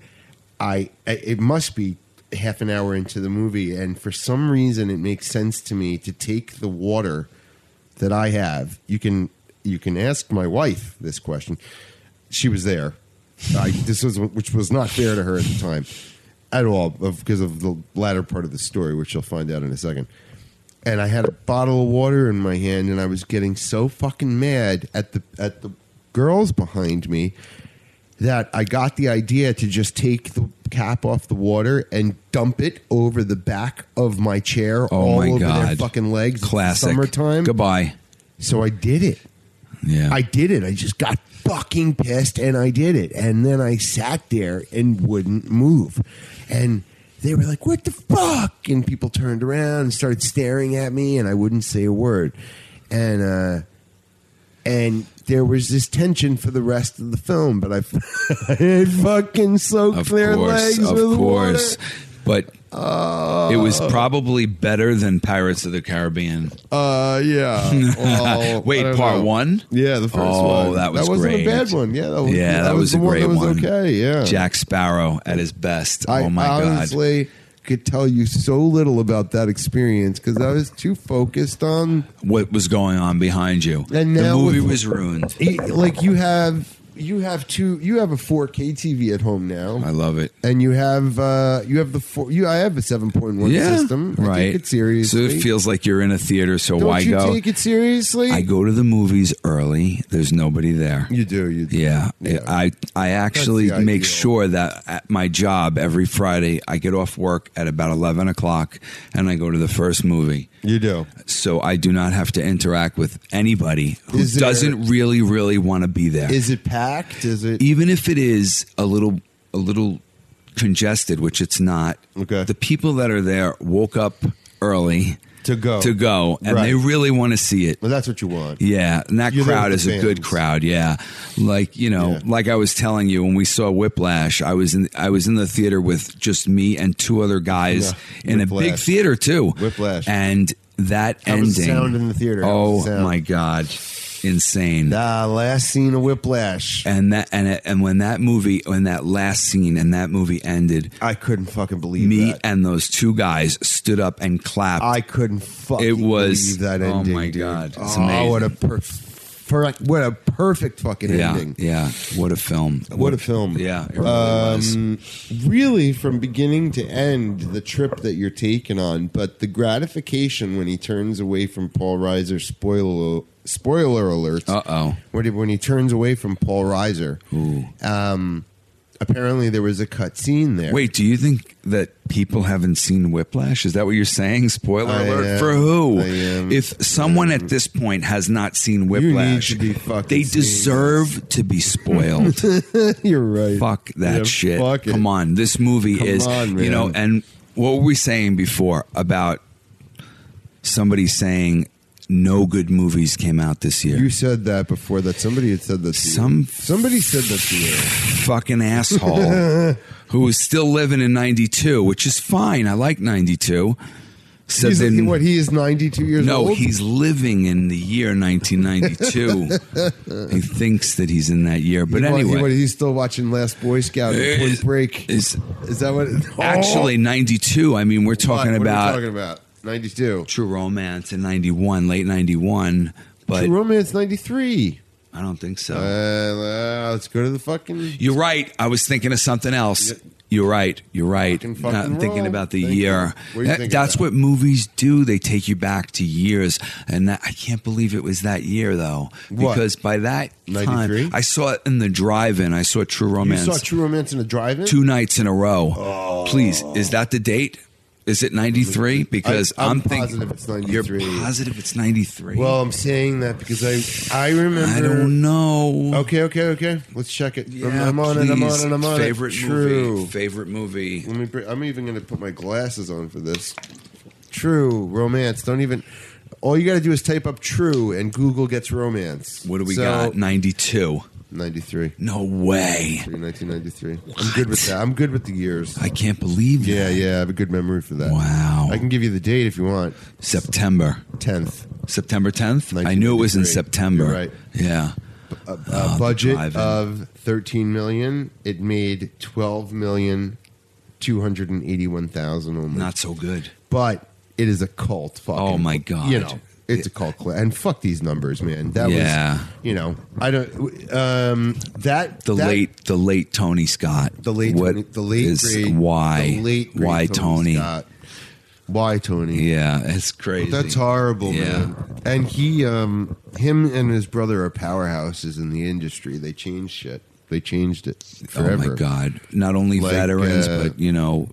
Speaker 2: I it must be half an hour into the movie and for some reason it makes sense to me to take the water that I have, you can you can ask my wife this question. She was there. I, this was which was not fair to her at the time at all because of the latter part of the story, which you'll find out in a second. And I had a bottle of water in my hand, and I was getting so fucking mad at the at the girls behind me that I got the idea to just take the cap off the water and dump it over the back of my chair, all
Speaker 1: Oh my
Speaker 2: over their
Speaker 1: God.
Speaker 2: fucking legs. It's
Speaker 1: Classic.
Speaker 2: summertime.
Speaker 1: Goodbye.
Speaker 2: So I did it.
Speaker 1: Yeah.
Speaker 2: I did it. I just got fucking pissed and I did it. And then I sat there and wouldn't move. And they were like, what the fuck? And people turned around and started staring at me and I wouldn't say a word. And, uh, and there was this tension for the rest of the film, but I, I had fucking soaked
Speaker 1: of
Speaker 2: their
Speaker 1: course.
Speaker 2: legs
Speaker 1: Of
Speaker 2: with
Speaker 1: course.
Speaker 2: water. Uh,
Speaker 1: but it was probably better than Pirates of the Caribbean.
Speaker 2: Uh, yeah. Well, Oh, I
Speaker 1: Wait,
Speaker 2: don't
Speaker 1: part
Speaker 2: know.
Speaker 1: one?
Speaker 2: Yeah, the first one.
Speaker 1: Oh, that was
Speaker 2: wasn't
Speaker 1: great.
Speaker 2: a bad one. Yeah, that was,
Speaker 1: yeah, that, was,
Speaker 2: the
Speaker 1: a great
Speaker 2: one. That was okay. Yeah,
Speaker 1: Jack Sparrow at his best.
Speaker 2: I
Speaker 1: oh my god.
Speaker 2: honestly could tell you so little about that experience because I was too focused on
Speaker 1: What was going on behind you?
Speaker 2: And
Speaker 1: the
Speaker 2: now
Speaker 1: movie
Speaker 2: with-
Speaker 1: was ruined.
Speaker 2: e, like you have you have two you have a 4K TV at home now.
Speaker 1: I love it.
Speaker 2: and you have uh you have the four you I have a seven point one
Speaker 1: yeah,
Speaker 2: system. I
Speaker 1: right.
Speaker 2: take it seriously.
Speaker 1: So it feels like you're in a theater. So
Speaker 2: Don't
Speaker 1: why
Speaker 2: you
Speaker 1: go?
Speaker 2: take it seriously?
Speaker 1: I go to the movies early. There's nobody there.
Speaker 2: you do, you do.
Speaker 1: Yeah,
Speaker 2: Yeah.
Speaker 1: I I actually
Speaker 2: That's the
Speaker 1: make
Speaker 2: ideal.
Speaker 1: sure that at my job every Friday I get off work at about eleven o'clock and I go to the first movie,
Speaker 2: You do.
Speaker 1: so I do not have to interact with anybody who
Speaker 2: Is there-
Speaker 1: doesn't really really want to be there.
Speaker 2: Is it packed? Is it
Speaker 1: Even if it is a little a little congested, which it's not.
Speaker 2: Okay.
Speaker 1: the people that are there woke up early
Speaker 2: to go?
Speaker 1: to go, and
Speaker 2: Oh. Right.
Speaker 1: they really want to see it.
Speaker 2: Well that's what you want.
Speaker 1: Yeah, and that
Speaker 2: You're there
Speaker 1: crowd
Speaker 2: with
Speaker 1: is
Speaker 2: the
Speaker 1: a good
Speaker 2: fans.
Speaker 1: crowd. Yeah, like you know,
Speaker 2: Yeah.
Speaker 1: like I was telling you when we saw Whiplash, I was in I was in the theater with just me and two other guys
Speaker 2: Yeah,
Speaker 1: in a big
Speaker 2: Whiplash.
Speaker 1: theater too.
Speaker 2: Whiplash.
Speaker 1: and that
Speaker 2: How
Speaker 1: ending.
Speaker 2: was the sound in the theater? How was
Speaker 1: Oh
Speaker 2: the sound?
Speaker 1: my god, insane!
Speaker 2: Ah, last scene of Whiplash.
Speaker 1: and that and it- and when that movie, when that last scene and that movie ended,
Speaker 2: I couldn't fucking believe
Speaker 1: me
Speaker 2: that.
Speaker 1: and those two guys stood up and clapped.
Speaker 2: I couldn't fucking
Speaker 1: It was-
Speaker 2: believe that
Speaker 1: oh
Speaker 2: ending.
Speaker 1: my
Speaker 2: dude.
Speaker 1: God, it's
Speaker 2: oh,
Speaker 1: amazing.
Speaker 2: what a perf- per- what a perfect fucking
Speaker 1: yeah,
Speaker 2: ending.
Speaker 1: yeah. What a film!
Speaker 2: What a film.
Speaker 1: Yeah, it really was.
Speaker 2: Um, really, from beginning to end, the trip that you're taking on, but the gratification when he turns away from Paul Reiser, spoiler, spoiler alert.
Speaker 1: Uh oh.
Speaker 2: When he, when he turns away from Paul Reiser,
Speaker 1: Ooh.
Speaker 2: um, apparently there was a cut scene there.
Speaker 1: Wait, do you think that people haven't seen Whiplash? Is that what you're saying? Spoiler
Speaker 2: I
Speaker 1: alert
Speaker 2: am.
Speaker 1: for who?
Speaker 2: I am.
Speaker 1: If someone at this point has not seen Whiplash,
Speaker 2: need to be fucking
Speaker 1: they
Speaker 2: seeing
Speaker 1: deserve to be spoiled.
Speaker 2: you're right.
Speaker 1: fuck that
Speaker 2: Yeah,
Speaker 1: shit.
Speaker 2: fuck it.
Speaker 1: Come on, this movie
Speaker 2: Come
Speaker 1: is
Speaker 2: on,
Speaker 1: you know.
Speaker 2: man.
Speaker 1: And what were we saying before about somebody saying no good movies came out this year?
Speaker 2: You said that before. That somebody had said that. To you.
Speaker 1: Some-
Speaker 2: somebody said that to you.
Speaker 1: fucking asshole who is still living in '92, which is fine. I like '92. Said
Speaker 2: He's,
Speaker 1: that-
Speaker 2: he, what? He is 92 years
Speaker 1: No,
Speaker 2: old.
Speaker 1: he's living in the year 1992. he thinks that he's in that year, but
Speaker 2: He wa- he
Speaker 1: anyway,
Speaker 2: wa- he's still watching Last Boy Scout. and
Speaker 1: Is-
Speaker 2: Point Break.
Speaker 1: is
Speaker 2: Is that what? Oh,
Speaker 1: actually 92. I mean, we're talking
Speaker 2: What
Speaker 1: about
Speaker 2: are we talking about 92.
Speaker 1: True Romance in 91, late 91, but Oh.
Speaker 2: True Romance 93.
Speaker 1: I don't think so.
Speaker 2: Uh, uh, let's go to the fucking
Speaker 1: You're right. I was thinking of something else. You're right. You're right.
Speaker 2: Fucking, fucking
Speaker 1: Not thinking
Speaker 2: wrong.
Speaker 1: about the
Speaker 2: Thank you.
Speaker 1: year.
Speaker 2: What are you
Speaker 1: That-
Speaker 2: thinking
Speaker 1: that's
Speaker 2: about?
Speaker 1: what movies do. They take you back to years, and that, I can't believe it was that year though.
Speaker 2: What?
Speaker 1: Because by that time,
Speaker 2: 93?
Speaker 1: I saw it in the drive-in. I saw True
Speaker 2: You
Speaker 1: Romance
Speaker 2: saw True Romance in a drive-in.
Speaker 1: two nights in a row. Please, is that the date? Is it 93? Because
Speaker 2: I- I'm
Speaker 1: am thinking
Speaker 2: positive it's
Speaker 1: You're
Speaker 2: 93.
Speaker 1: positive it's 93.
Speaker 2: well, I'm saying that because I I remember.
Speaker 1: I don't know.
Speaker 2: Okay, okay, okay. Let's check it.
Speaker 1: Yeah,
Speaker 2: I'm, I'm on it. I'm on
Speaker 1: please.
Speaker 2: it. I'm on
Speaker 1: Favorite
Speaker 2: it.
Speaker 1: movie. Favorite movie.
Speaker 2: Let me. Bring, I'm even going to put my glasses on for this. True romance. Don't even. All you got to do is type up "true" and Google gets romance.
Speaker 1: What do we
Speaker 2: So-
Speaker 1: got? 92.
Speaker 2: Ninety-three.
Speaker 1: No way.
Speaker 2: 1993. I'm good with that. I'm good with the years.
Speaker 1: I can't believe
Speaker 2: Yeah,
Speaker 1: that.
Speaker 2: yeah. I have a good memory for that.
Speaker 1: Wow.
Speaker 2: I can give you the date if you want.
Speaker 1: September.
Speaker 2: 10th.
Speaker 1: September 10th? I knew it was in
Speaker 2: 1993.
Speaker 1: September.
Speaker 2: You're right.
Speaker 1: Yeah.
Speaker 2: A,
Speaker 1: Oh, the
Speaker 2: a Uh, budget
Speaker 1: drive-in.
Speaker 2: of 13 million. It made 12 million 281,000 only.
Speaker 1: Not so good.
Speaker 2: but it is a cult fucking
Speaker 1: Oh, my God.
Speaker 2: You know, it's a cult cl- and fuck these numbers, man. That
Speaker 1: Yeah.
Speaker 2: was you know, I don't um that
Speaker 1: The
Speaker 2: that-
Speaker 1: late the late Tony Scott.
Speaker 2: the late
Speaker 1: What
Speaker 2: Tony- the late
Speaker 1: is-
Speaker 2: great-
Speaker 1: why
Speaker 2: the late great
Speaker 1: why Tony?
Speaker 2: Scott. Why Tony?
Speaker 1: Yeah, it's crazy.
Speaker 2: That's horrible,
Speaker 1: Yeah.
Speaker 2: man. And he, um, him, and his brother are powerhouses in the industry. They changed shit. They changed it forever.
Speaker 1: Oh my god. Not only
Speaker 2: Like,
Speaker 1: veterans
Speaker 2: uh,
Speaker 1: but you know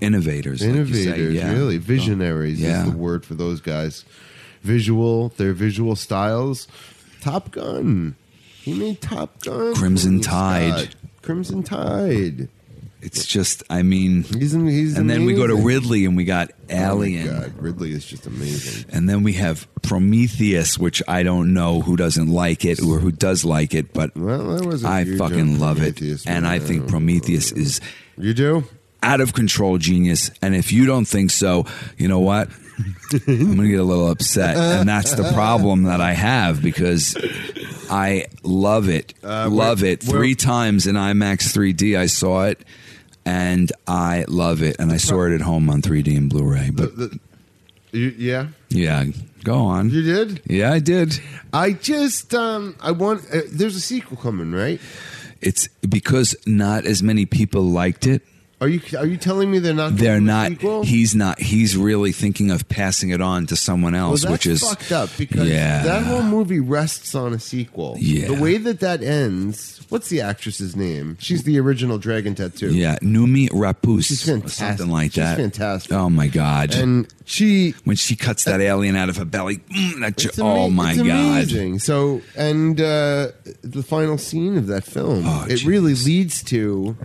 Speaker 1: innovators. like you say.
Speaker 2: Innovators,
Speaker 1: Yeah. Oh,
Speaker 2: really, visionaries
Speaker 1: Yeah.
Speaker 2: is the word for those guys. Visual, their visual styles. Top Gun. He made Top Gun.
Speaker 1: Crimson
Speaker 2: Tony
Speaker 1: Tide.
Speaker 2: Scott. Crimson Tide.
Speaker 1: It's just I mean
Speaker 2: He's in, he's
Speaker 1: and then we go to
Speaker 2: amazing.
Speaker 1: Ridley and we got
Speaker 2: Oh my
Speaker 1: Alien.
Speaker 2: God, Ridley is just amazing.
Speaker 1: And then we have Prometheus, which I don't know who doesn't like it or who does like it, but
Speaker 2: Well, that was. a
Speaker 1: I
Speaker 2: huge uh,
Speaker 1: fucking love it.
Speaker 2: Prometheus,
Speaker 1: And I
Speaker 2: man.
Speaker 1: think Prometheus is
Speaker 2: You do?
Speaker 1: out of control genius. And if you don't think so, you know what? I'm going to get a little upset. And that's the problem that I have because I love it.
Speaker 2: Uh,
Speaker 1: love it. Three times in IMAX 3D, I saw it and I love it. And I saw it at home on 3D and Blu ray. But
Speaker 2: The- you- yeah,
Speaker 1: yeah, go
Speaker 2: you
Speaker 1: on.
Speaker 2: did.
Speaker 1: Yeah, I did.
Speaker 2: I just um, I want. Uh, there's a sequel coming, right?
Speaker 1: It's because not as many people liked it.
Speaker 2: Are you are you telling me they're not?
Speaker 1: They're
Speaker 2: doing a
Speaker 1: not.
Speaker 2: Sequel?
Speaker 1: He's not. He's really thinking of passing it on to someone
Speaker 2: Well,
Speaker 1: else,
Speaker 2: that's
Speaker 1: which is
Speaker 2: fucked up because
Speaker 1: Yeah.
Speaker 2: that whole movie rests on a sequel.
Speaker 1: Yeah.
Speaker 2: The way that that ends. What's the actress's name? She's the original Dragon Tattoo.
Speaker 1: Yeah, Numi Rapus,
Speaker 2: She's
Speaker 1: or
Speaker 2: fantastic.
Speaker 1: something like
Speaker 2: She's
Speaker 1: that.
Speaker 2: fantastic.
Speaker 1: Oh my god!
Speaker 2: And she
Speaker 1: when she cuts that alien out of her belly, mm, that ju-
Speaker 2: It's ama-
Speaker 1: oh my
Speaker 2: it's
Speaker 1: god!
Speaker 2: amazing. So, and uh, the final scene of that film,
Speaker 1: Oh,
Speaker 2: it
Speaker 1: jeez.
Speaker 2: really leads to.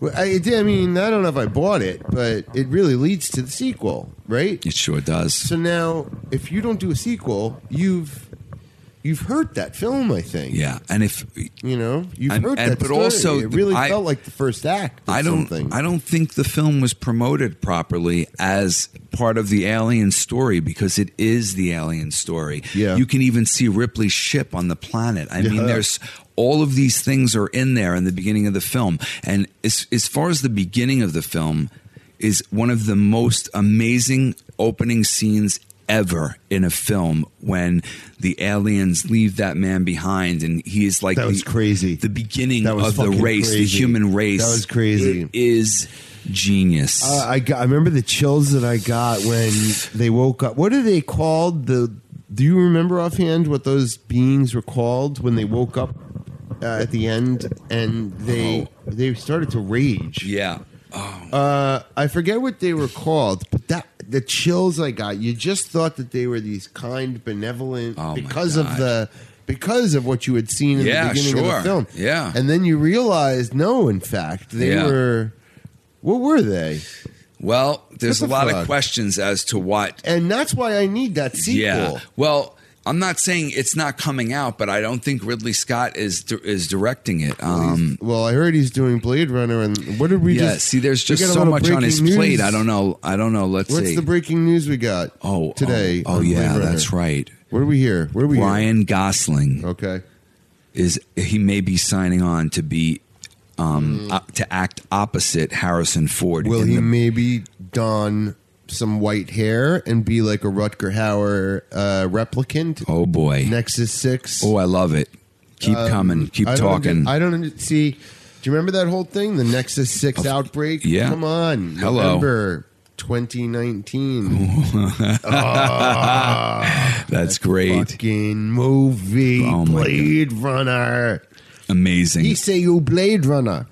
Speaker 2: well, I, it did- I mean, I don't know if I bought it, but it really leads to the sequel, right?
Speaker 1: It sure does.
Speaker 2: So now, if you don't do a sequel, you've you've hurt that film. I think.
Speaker 1: Yeah, and if
Speaker 2: You know, you've
Speaker 1: And-
Speaker 2: hurt
Speaker 1: and-
Speaker 2: that.
Speaker 1: but
Speaker 2: story.
Speaker 1: also
Speaker 2: it really
Speaker 1: I-
Speaker 2: felt like the first act. Of
Speaker 1: I don't,
Speaker 2: Something.
Speaker 1: I don't think the film was promoted properly as part of the alien story because it is the alien story.
Speaker 2: Yeah.
Speaker 1: you can even see Ripley's ship on the planet. I
Speaker 2: Yeah.
Speaker 1: mean, there's all of these things are in there in the beginning of the film, and as as far as the beginning of the film is one of the most amazing opening scenes ever in a film when the aliens leave that man behind and he is like
Speaker 2: That was
Speaker 1: the-
Speaker 2: crazy.
Speaker 1: the beginning
Speaker 2: That was
Speaker 1: of the
Speaker 2: fucking
Speaker 1: race the
Speaker 2: crazy.
Speaker 1: human race
Speaker 2: That was crazy.
Speaker 1: It is genius.
Speaker 2: Uh, I, got, I remember the chills that I got when they woke up. What are they called? The do you remember offhand what those beings were called when they woke up uh, at the end and they
Speaker 1: Oh.
Speaker 2: they started to rage?
Speaker 1: yeah. Oh.
Speaker 2: Uh, I forget what they were called, but that the chills I got. You just thought that they were these kind, benevolent
Speaker 1: Oh, my
Speaker 2: because of
Speaker 1: God.
Speaker 2: the because of what you had seen in
Speaker 1: Yeah,
Speaker 2: the beginning of
Speaker 1: sure.
Speaker 2: the film.
Speaker 1: Yeah.
Speaker 2: and then you realized no, in fact, they
Speaker 1: Yeah.
Speaker 2: were. What were they?
Speaker 1: Well, there's
Speaker 2: What
Speaker 1: a
Speaker 2: the
Speaker 1: lot
Speaker 2: fuck?
Speaker 1: of questions as to what.
Speaker 2: and that's why I need that sequel.
Speaker 1: Yeah. Well, I'm not saying it's not coming out, but I don't think Ridley Scott is is directing it. Um,
Speaker 2: well, I heard he's doing Blade Runner, and what did we
Speaker 1: yeah.
Speaker 2: just?
Speaker 1: see, there's
Speaker 2: we
Speaker 1: just
Speaker 2: got a
Speaker 1: so
Speaker 2: little
Speaker 1: much on his
Speaker 2: breaking
Speaker 1: plate.
Speaker 2: news.
Speaker 1: I don't know. I don't know. Let's
Speaker 2: What's
Speaker 1: see.
Speaker 2: the breaking news we got?
Speaker 1: oh,
Speaker 2: today.
Speaker 1: Oh, oh
Speaker 2: on Blade
Speaker 1: yeah,
Speaker 2: Runner?
Speaker 1: that's right.
Speaker 2: What do we hear? What do we
Speaker 1: Ryan Gosling
Speaker 2: hear? Okay.
Speaker 1: is he may be signing on to be um, uh, to act opposite Harrison Ford.
Speaker 2: Hmm. Will
Speaker 1: in
Speaker 2: he
Speaker 1: the-
Speaker 2: maybe don some white hair and be like a Rutger Hauer uh, replicant?
Speaker 1: oh boy.
Speaker 2: Nexus Six. uh,
Speaker 1: Oh, I love it. Keep coming. Keep
Speaker 2: Um, I don't under-
Speaker 1: talking.
Speaker 2: I don't under- see. Do you remember that whole thing? The Nexus Six outbreak.
Speaker 1: yeah.
Speaker 2: Come on.
Speaker 1: Hello.
Speaker 2: November 2019.
Speaker 1: That's great.
Speaker 2: Fucking movie.
Speaker 1: Oh, my
Speaker 2: Blade Runner.
Speaker 1: Amazing.
Speaker 2: He say you Blade Runner.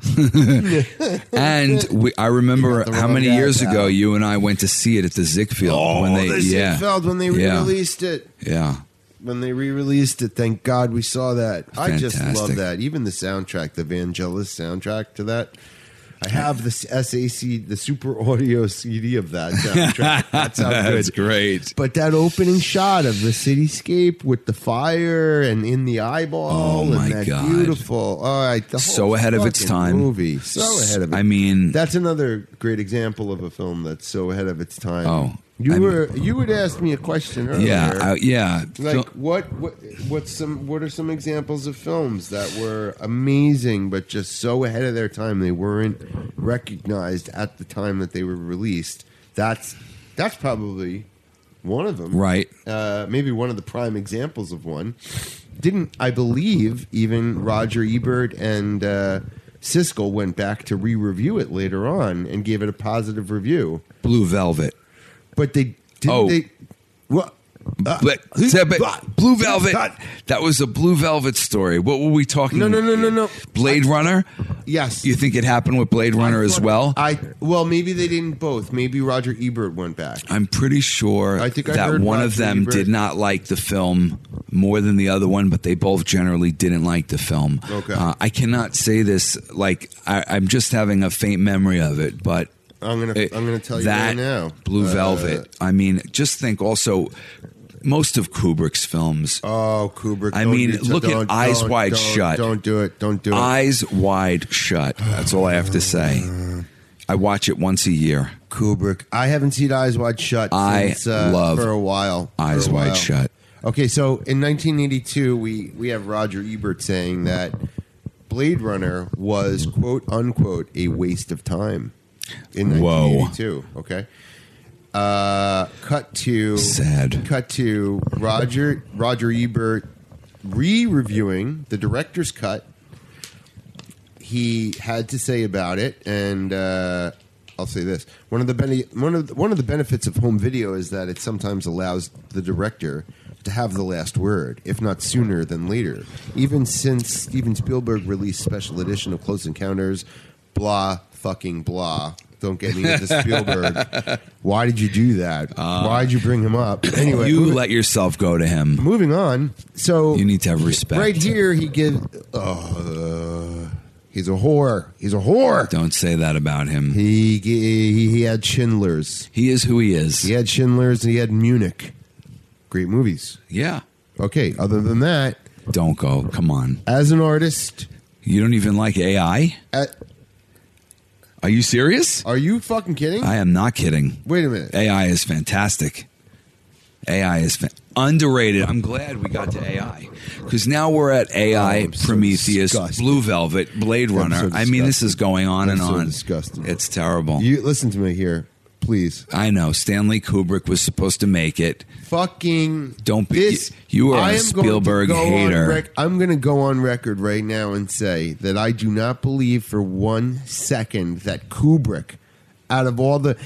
Speaker 1: and we, I
Speaker 2: You
Speaker 1: remember
Speaker 2: got the
Speaker 1: how
Speaker 2: wrong
Speaker 1: many
Speaker 2: guy,
Speaker 1: years
Speaker 2: pal. Oh,
Speaker 1: ago you and I went to see it at the Ziegfeld when they
Speaker 2: the
Speaker 1: yeah
Speaker 2: Ziegfeld when they
Speaker 1: Yeah.
Speaker 2: re-released it.
Speaker 1: yeah.
Speaker 2: When they re-released it, thank God we saw that. I just love
Speaker 1: Fantastic.
Speaker 2: that. Even the soundtrack, the Vangelis soundtrack to that. I have the SAC, the Super Audio CD of that soundtrack. That's how
Speaker 1: That's
Speaker 2: good.
Speaker 1: great.
Speaker 2: But that opening shot of the cityscape with the fire and in the eyeball
Speaker 1: Oh, my
Speaker 2: and that
Speaker 1: God.
Speaker 2: beautiful, all right, the whole
Speaker 1: So ahead of its
Speaker 2: fucking
Speaker 1: time.
Speaker 2: movie, so ahead of it.
Speaker 1: I mean,
Speaker 2: That's another great example of a film that's so ahead of its time.
Speaker 1: Oh,
Speaker 2: you
Speaker 1: I mean-
Speaker 2: were you would ask me a question earlier.
Speaker 1: yeah, I, yeah.
Speaker 2: like
Speaker 1: Fil-
Speaker 2: what what what's some what are some examples of films that were amazing but just so ahead of their time they weren't recognized at the time that they were released. That's that's probably one of them.
Speaker 1: right.
Speaker 2: Uh, maybe one of the prime examples of one. Didn't I believe even Roger Ebert and uh, Siskel went back to re-review it later on and gave it a positive review,
Speaker 1: Blue Velvet.
Speaker 2: but they didn't.
Speaker 1: Oh.
Speaker 2: They what? Uh,
Speaker 1: But, but Blue Velvet. That was a Blue Velvet story. What were we talking?
Speaker 2: No, no, no, no, no.
Speaker 1: Blade Runner.
Speaker 2: Yes.
Speaker 1: You think it happened with Blade Runner as well?
Speaker 2: I well, maybe they didn't both. Maybe Roger Ebert went back.
Speaker 1: I'm pretty sure
Speaker 2: I think I
Speaker 1: that
Speaker 2: heard
Speaker 1: one
Speaker 2: Roger
Speaker 1: of them
Speaker 2: Ebert.
Speaker 1: did not like the film more than the other one, but they both generally didn't like the film.
Speaker 2: Okay.
Speaker 1: Uh, I cannot say this like I, I'm just having a faint memory of it, but
Speaker 2: I'm gonna
Speaker 1: it-
Speaker 2: I'm gonna tell you
Speaker 1: that
Speaker 2: right now.
Speaker 1: Blue
Speaker 2: Uh,
Speaker 1: Velvet. I mean, just think also most of Kubrick's films,
Speaker 2: Oh, Kubrick.
Speaker 1: I
Speaker 2: don't
Speaker 1: mean,
Speaker 2: do-
Speaker 1: look at
Speaker 2: don't-
Speaker 1: Eyes
Speaker 2: don't-
Speaker 1: Wide
Speaker 2: don't-
Speaker 1: Shut.
Speaker 2: Don't do it. Don't do it.
Speaker 1: eyes wide shut. That's all I have to say. I watch it once a year.
Speaker 2: Kubrick. I haven't seen Eyes Wide Shut.
Speaker 1: I
Speaker 2: since, uh,
Speaker 1: love
Speaker 2: for a while. for
Speaker 1: Eyes
Speaker 2: a
Speaker 1: Wide
Speaker 2: while.
Speaker 1: Shut.
Speaker 2: Okay, so in 1982, we we have Roger Ebert saying that Blade Runner was quote unquote a waste of time in
Speaker 1: Whoa.
Speaker 2: 1982. Okay. Uh, cut to
Speaker 1: Sad.
Speaker 2: Cut to Roger Roger Ebert re-reviewing the director's cut. He had to say about it, and uh, I'll say this: one of the bene- one of the, one of the benefits of home video is that it sometimes allows the director to have the last word, if not sooner than later. Even since Steven Spielberg released special edition of Close Encounters, blah fucking blah. Don't get me into Spielberg. Why did you do that? Why did you bring him up? Anyway,
Speaker 1: Uh, you
Speaker 2: moving-
Speaker 1: let yourself go to him.
Speaker 2: moving on. So
Speaker 1: You need to have respect.
Speaker 2: Right here, he gives. Oh, uh, he's a whore. He's a whore.
Speaker 1: Don't say that about him. He,
Speaker 2: He, he he had Schindler's.
Speaker 1: is who he is.
Speaker 2: He had Schindler's, and he had Munich. Great movies.
Speaker 1: yeah.
Speaker 2: Okay. Other than that,
Speaker 1: Don't go. Come on.
Speaker 2: as an artist,
Speaker 1: You don't even like AI?
Speaker 2: uh,
Speaker 1: Are you serious?
Speaker 2: are you fucking kidding?
Speaker 1: I am not kidding.
Speaker 2: Wait a minute.
Speaker 1: AI is fantastic. AI is fa- underrated. I'm glad we got to AI because now we're at AI,
Speaker 2: Oh, I'm so
Speaker 1: Prometheus,
Speaker 2: disgusted.
Speaker 1: Blue Velvet, Blade
Speaker 2: I'm so
Speaker 1: Runner. I mean, this
Speaker 2: disgusted.
Speaker 1: is going on
Speaker 2: I'm
Speaker 1: and
Speaker 2: so
Speaker 1: on.
Speaker 2: disgusted.
Speaker 1: It's terrible.
Speaker 2: You listen to me here, please.
Speaker 1: I know Stanley Kubrick was supposed to make it.
Speaker 2: Fucking
Speaker 1: Don't be-
Speaker 2: This,
Speaker 1: you- you are
Speaker 2: I am
Speaker 1: a
Speaker 2: going to
Speaker 1: Spielberg
Speaker 2: go on
Speaker 1: hater.
Speaker 2: rec- I'm going to go on record right now and say that I do not believe for one second that Kubrick, out of all the,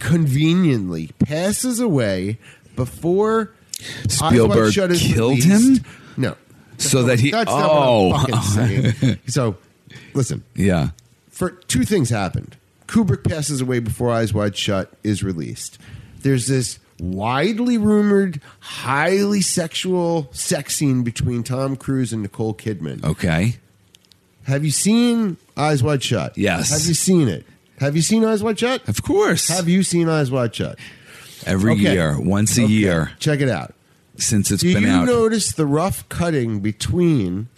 Speaker 2: conveniently passes away before Eyes Wide
Speaker 1: Spielberg
Speaker 2: Shut is
Speaker 1: killed
Speaker 2: released.
Speaker 1: him?
Speaker 2: No,
Speaker 1: So that he-
Speaker 2: That's not what I'm
Speaker 1: oh.
Speaker 2: fucking saying. so, listen
Speaker 1: Yeah.
Speaker 2: for two things happened. Kubrick passes away before Eyes Wide Shut is released. There's this widely rumored, highly sexual sex scene between Tom Cruise and Nicole Kidman.
Speaker 1: Okay.
Speaker 2: Have you seen Eyes Wide Shut?
Speaker 1: Yes.
Speaker 2: Have you seen it? Have you seen Eyes Wide Shut?
Speaker 1: Of course.
Speaker 2: Have you seen Eyes Wide Shut?
Speaker 1: Every
Speaker 2: Okay.
Speaker 1: year, once a
Speaker 2: Okay.
Speaker 1: year
Speaker 2: Check it out.
Speaker 1: since it's
Speaker 2: Do
Speaker 1: been
Speaker 2: you
Speaker 1: out.
Speaker 2: notice the rough cutting between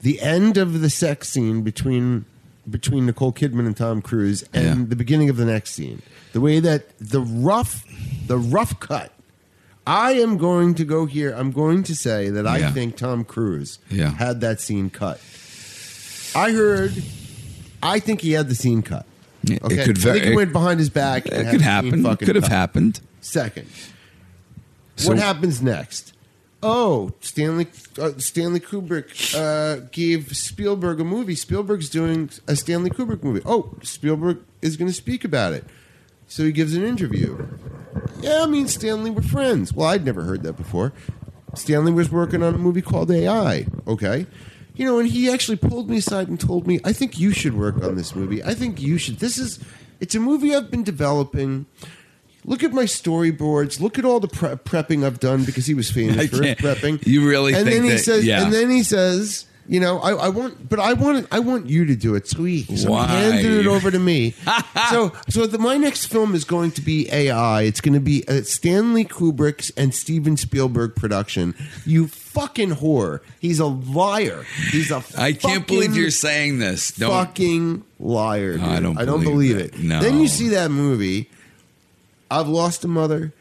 Speaker 2: the end of the sex scene between between Nicole Kidman and Tom Cruise and
Speaker 1: Yeah.
Speaker 2: the beginning of the next scene? The way that the rough the rough cut. I am going to go here. I'm going to say that I
Speaker 1: Yeah.
Speaker 2: think Tom Cruise
Speaker 1: Yeah.
Speaker 2: had that scene cut. I heard. I think he had the scene cut.
Speaker 1: It- it
Speaker 2: Okay?
Speaker 1: could
Speaker 2: I think
Speaker 1: very-
Speaker 2: he went behind his back. and
Speaker 1: it
Speaker 2: had
Speaker 1: could
Speaker 2: the scene
Speaker 1: happen.
Speaker 2: fucking
Speaker 1: Could have
Speaker 2: cut.
Speaker 1: happened.
Speaker 2: Second,
Speaker 1: So-
Speaker 2: what happens next? Oh, Stanley uh, Stanley Kubrick uh, gave Spielberg a movie. Spielberg's doing a Stanley Kubrick movie. Oh, Spielberg is going to speak about it. So he gives an interview. Yeah, I mean Stanley, we're friends. Well, I'd never heard that before. Stanley was working on a movie called AI. Okay. You know, and he actually pulled me aside and told me, I think you should work on this movie. I think you should. This is, it's a movie I've been developing. Look at my storyboards. Look at all the pre- prepping I've done because he was
Speaker 1: I
Speaker 2: famous for his
Speaker 1: can't-
Speaker 2: prepping.
Speaker 1: you really
Speaker 2: and
Speaker 1: think
Speaker 2: then he
Speaker 1: that-
Speaker 2: says,
Speaker 1: yeah.
Speaker 2: and then he says, you know, I, I want, but I want, I want you to do it. So he, so he
Speaker 1: Why?
Speaker 2: handed it over to me. so, so the, my next film is going to be AI. It's going to be a Stanley Kubrick's and Steven Spielberg production. You fucking whore. He's a liar. He's a.
Speaker 1: I can't believe
Speaker 2: fucking
Speaker 1: you're saying this. Don't.
Speaker 2: fucking liar. dude.
Speaker 1: I don't believe
Speaker 2: believe,
Speaker 1: it.
Speaker 2: it.
Speaker 1: No.
Speaker 2: Then you see that movie. I've lost a mother.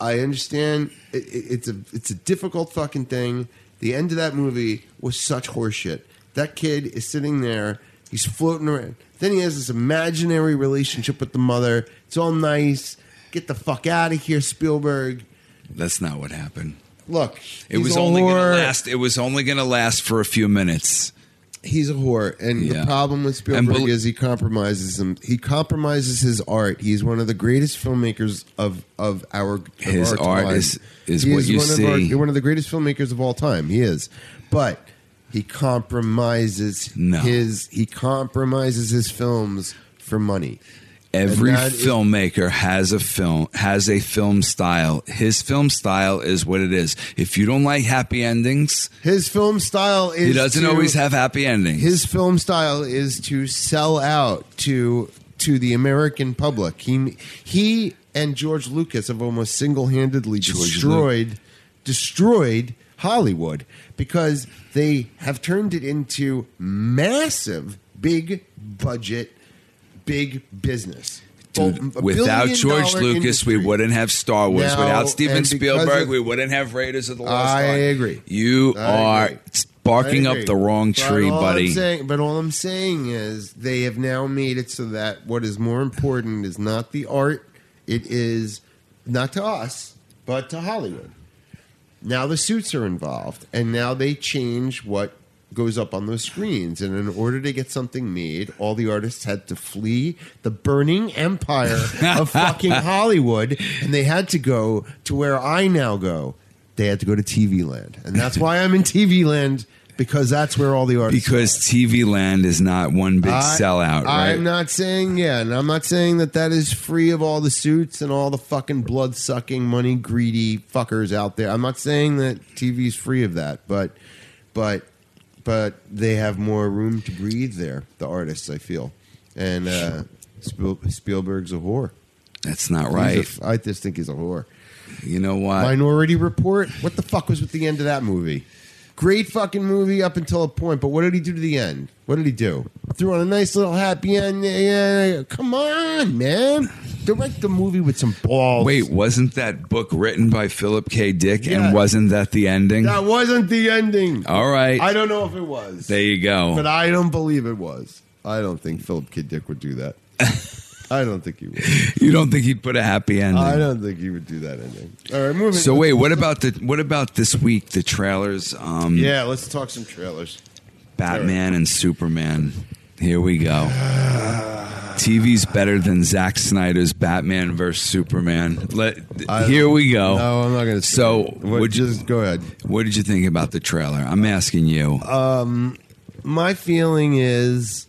Speaker 2: I understand. It, it, it's a it's a difficult fucking thing. The end of that movie was such horseshit. That kid is sitting there. He's floating around. Then he has this imaginary relationship with the mother. It's all nice. Get the fuck out of here, Spielberg.
Speaker 1: That's not what happened.
Speaker 2: Look,
Speaker 1: It
Speaker 2: he's
Speaker 1: was
Speaker 2: a
Speaker 1: only going to
Speaker 2: whore.
Speaker 1: last. It was only going to last for a few minutes.
Speaker 2: he's a whore, and
Speaker 1: Yeah.
Speaker 2: the problem with Spielberg
Speaker 1: And bel-
Speaker 2: is he compromises him. He compromises his art. He's one of the greatest filmmakers of of our of
Speaker 1: His
Speaker 2: our
Speaker 1: art
Speaker 2: time.
Speaker 1: is- is
Speaker 2: He
Speaker 1: what you
Speaker 2: one Of our,
Speaker 1: see.
Speaker 2: one of the greatest filmmakers of all time. He is, but he compromises
Speaker 1: No.
Speaker 2: his he compromises his films for money.
Speaker 1: Every
Speaker 2: And that is-
Speaker 1: filmmaker has a film has a film style. His film style is what it is. If you don't like happy endings,
Speaker 2: His film style is
Speaker 1: he doesn't
Speaker 2: to-
Speaker 1: always have happy endings.
Speaker 2: his film style is to sell out to to the American public. He he and George Lucas have almost single handedly
Speaker 1: George
Speaker 2: destroyed destroyed Hollywood because they have turned it into massive big budget big business.
Speaker 1: Dude,
Speaker 2: Well, a
Speaker 1: without
Speaker 2: billion
Speaker 1: George
Speaker 2: dollar
Speaker 1: Lucas, we
Speaker 2: industry.
Speaker 1: wouldn't have Star Wars.
Speaker 2: No,
Speaker 1: without Steven
Speaker 2: and because
Speaker 1: Spielberg,
Speaker 2: of-
Speaker 1: we wouldn't have Raiders of the Lost
Speaker 2: I
Speaker 1: Ark.
Speaker 2: agree.
Speaker 1: You
Speaker 2: I
Speaker 1: are
Speaker 2: agree.
Speaker 1: barking
Speaker 2: I
Speaker 1: up
Speaker 2: agree.
Speaker 1: the wrong
Speaker 2: But
Speaker 1: tree,
Speaker 2: all I'm
Speaker 1: buddy.
Speaker 2: saying- but all I'm saying is they have now made it so that what is more important is not the art, it is not to us, but to Hollywood. Now the suits are involved, and now they change what goes up on those screens. And in order to get something made, all the artists had to flee the burning empire of fucking Hollywood, and they had to go to where I now go. They had to go to TV land, and that's why I'm in TV land because that's where all the artists.
Speaker 1: Because TV land is not one big
Speaker 2: I-
Speaker 1: sellout, right?
Speaker 2: I'm not saying yeah, and I'm not saying that that is free of all the suits and all the fucking blood sucking, money greedy fuckers out there. I'm not saying that TV's free of that, but but but they have more room to breathe there. The artists, I feel, and uh, Spiel, Spielberg's a whore.
Speaker 1: That's not
Speaker 2: He's a
Speaker 1: right.
Speaker 2: f- I just think he's a whore.
Speaker 1: you know what?
Speaker 2: Minority Report. What the fuck was with the end of that movie? Great fucking movie up until a point, but what did he do to the end? What did he do? Threw on a nice little happy end. Yeah, yeah, come on, man. Direct the movie with some balls.
Speaker 1: Wait, wasn't that book written by Philip K. Dick,
Speaker 2: Yeah.
Speaker 1: and wasn't that the ending?
Speaker 2: that wasn't the ending.
Speaker 1: All right,
Speaker 2: I don't know if it was,
Speaker 1: there you go.
Speaker 2: but I don't believe it was. I don't think Philip K. Dick would do that. I don't think he would.
Speaker 1: you don't think he'd put a happy ending?
Speaker 2: I don't think he would do that ending. All right, moving.
Speaker 1: So wait, what about the what about this week? The trailers, um,
Speaker 2: Yeah, let's talk some trailers.
Speaker 1: Batman and Superman. Here we go. TV's better than Zack Snyder's Batman versus Superman. Let,
Speaker 2: I-
Speaker 1: here we go.
Speaker 2: No, I'm not going to.
Speaker 1: So,
Speaker 2: would
Speaker 1: would you-
Speaker 2: just go ahead.
Speaker 1: What did you think about the trailer? I'm asking you.
Speaker 2: my feeling is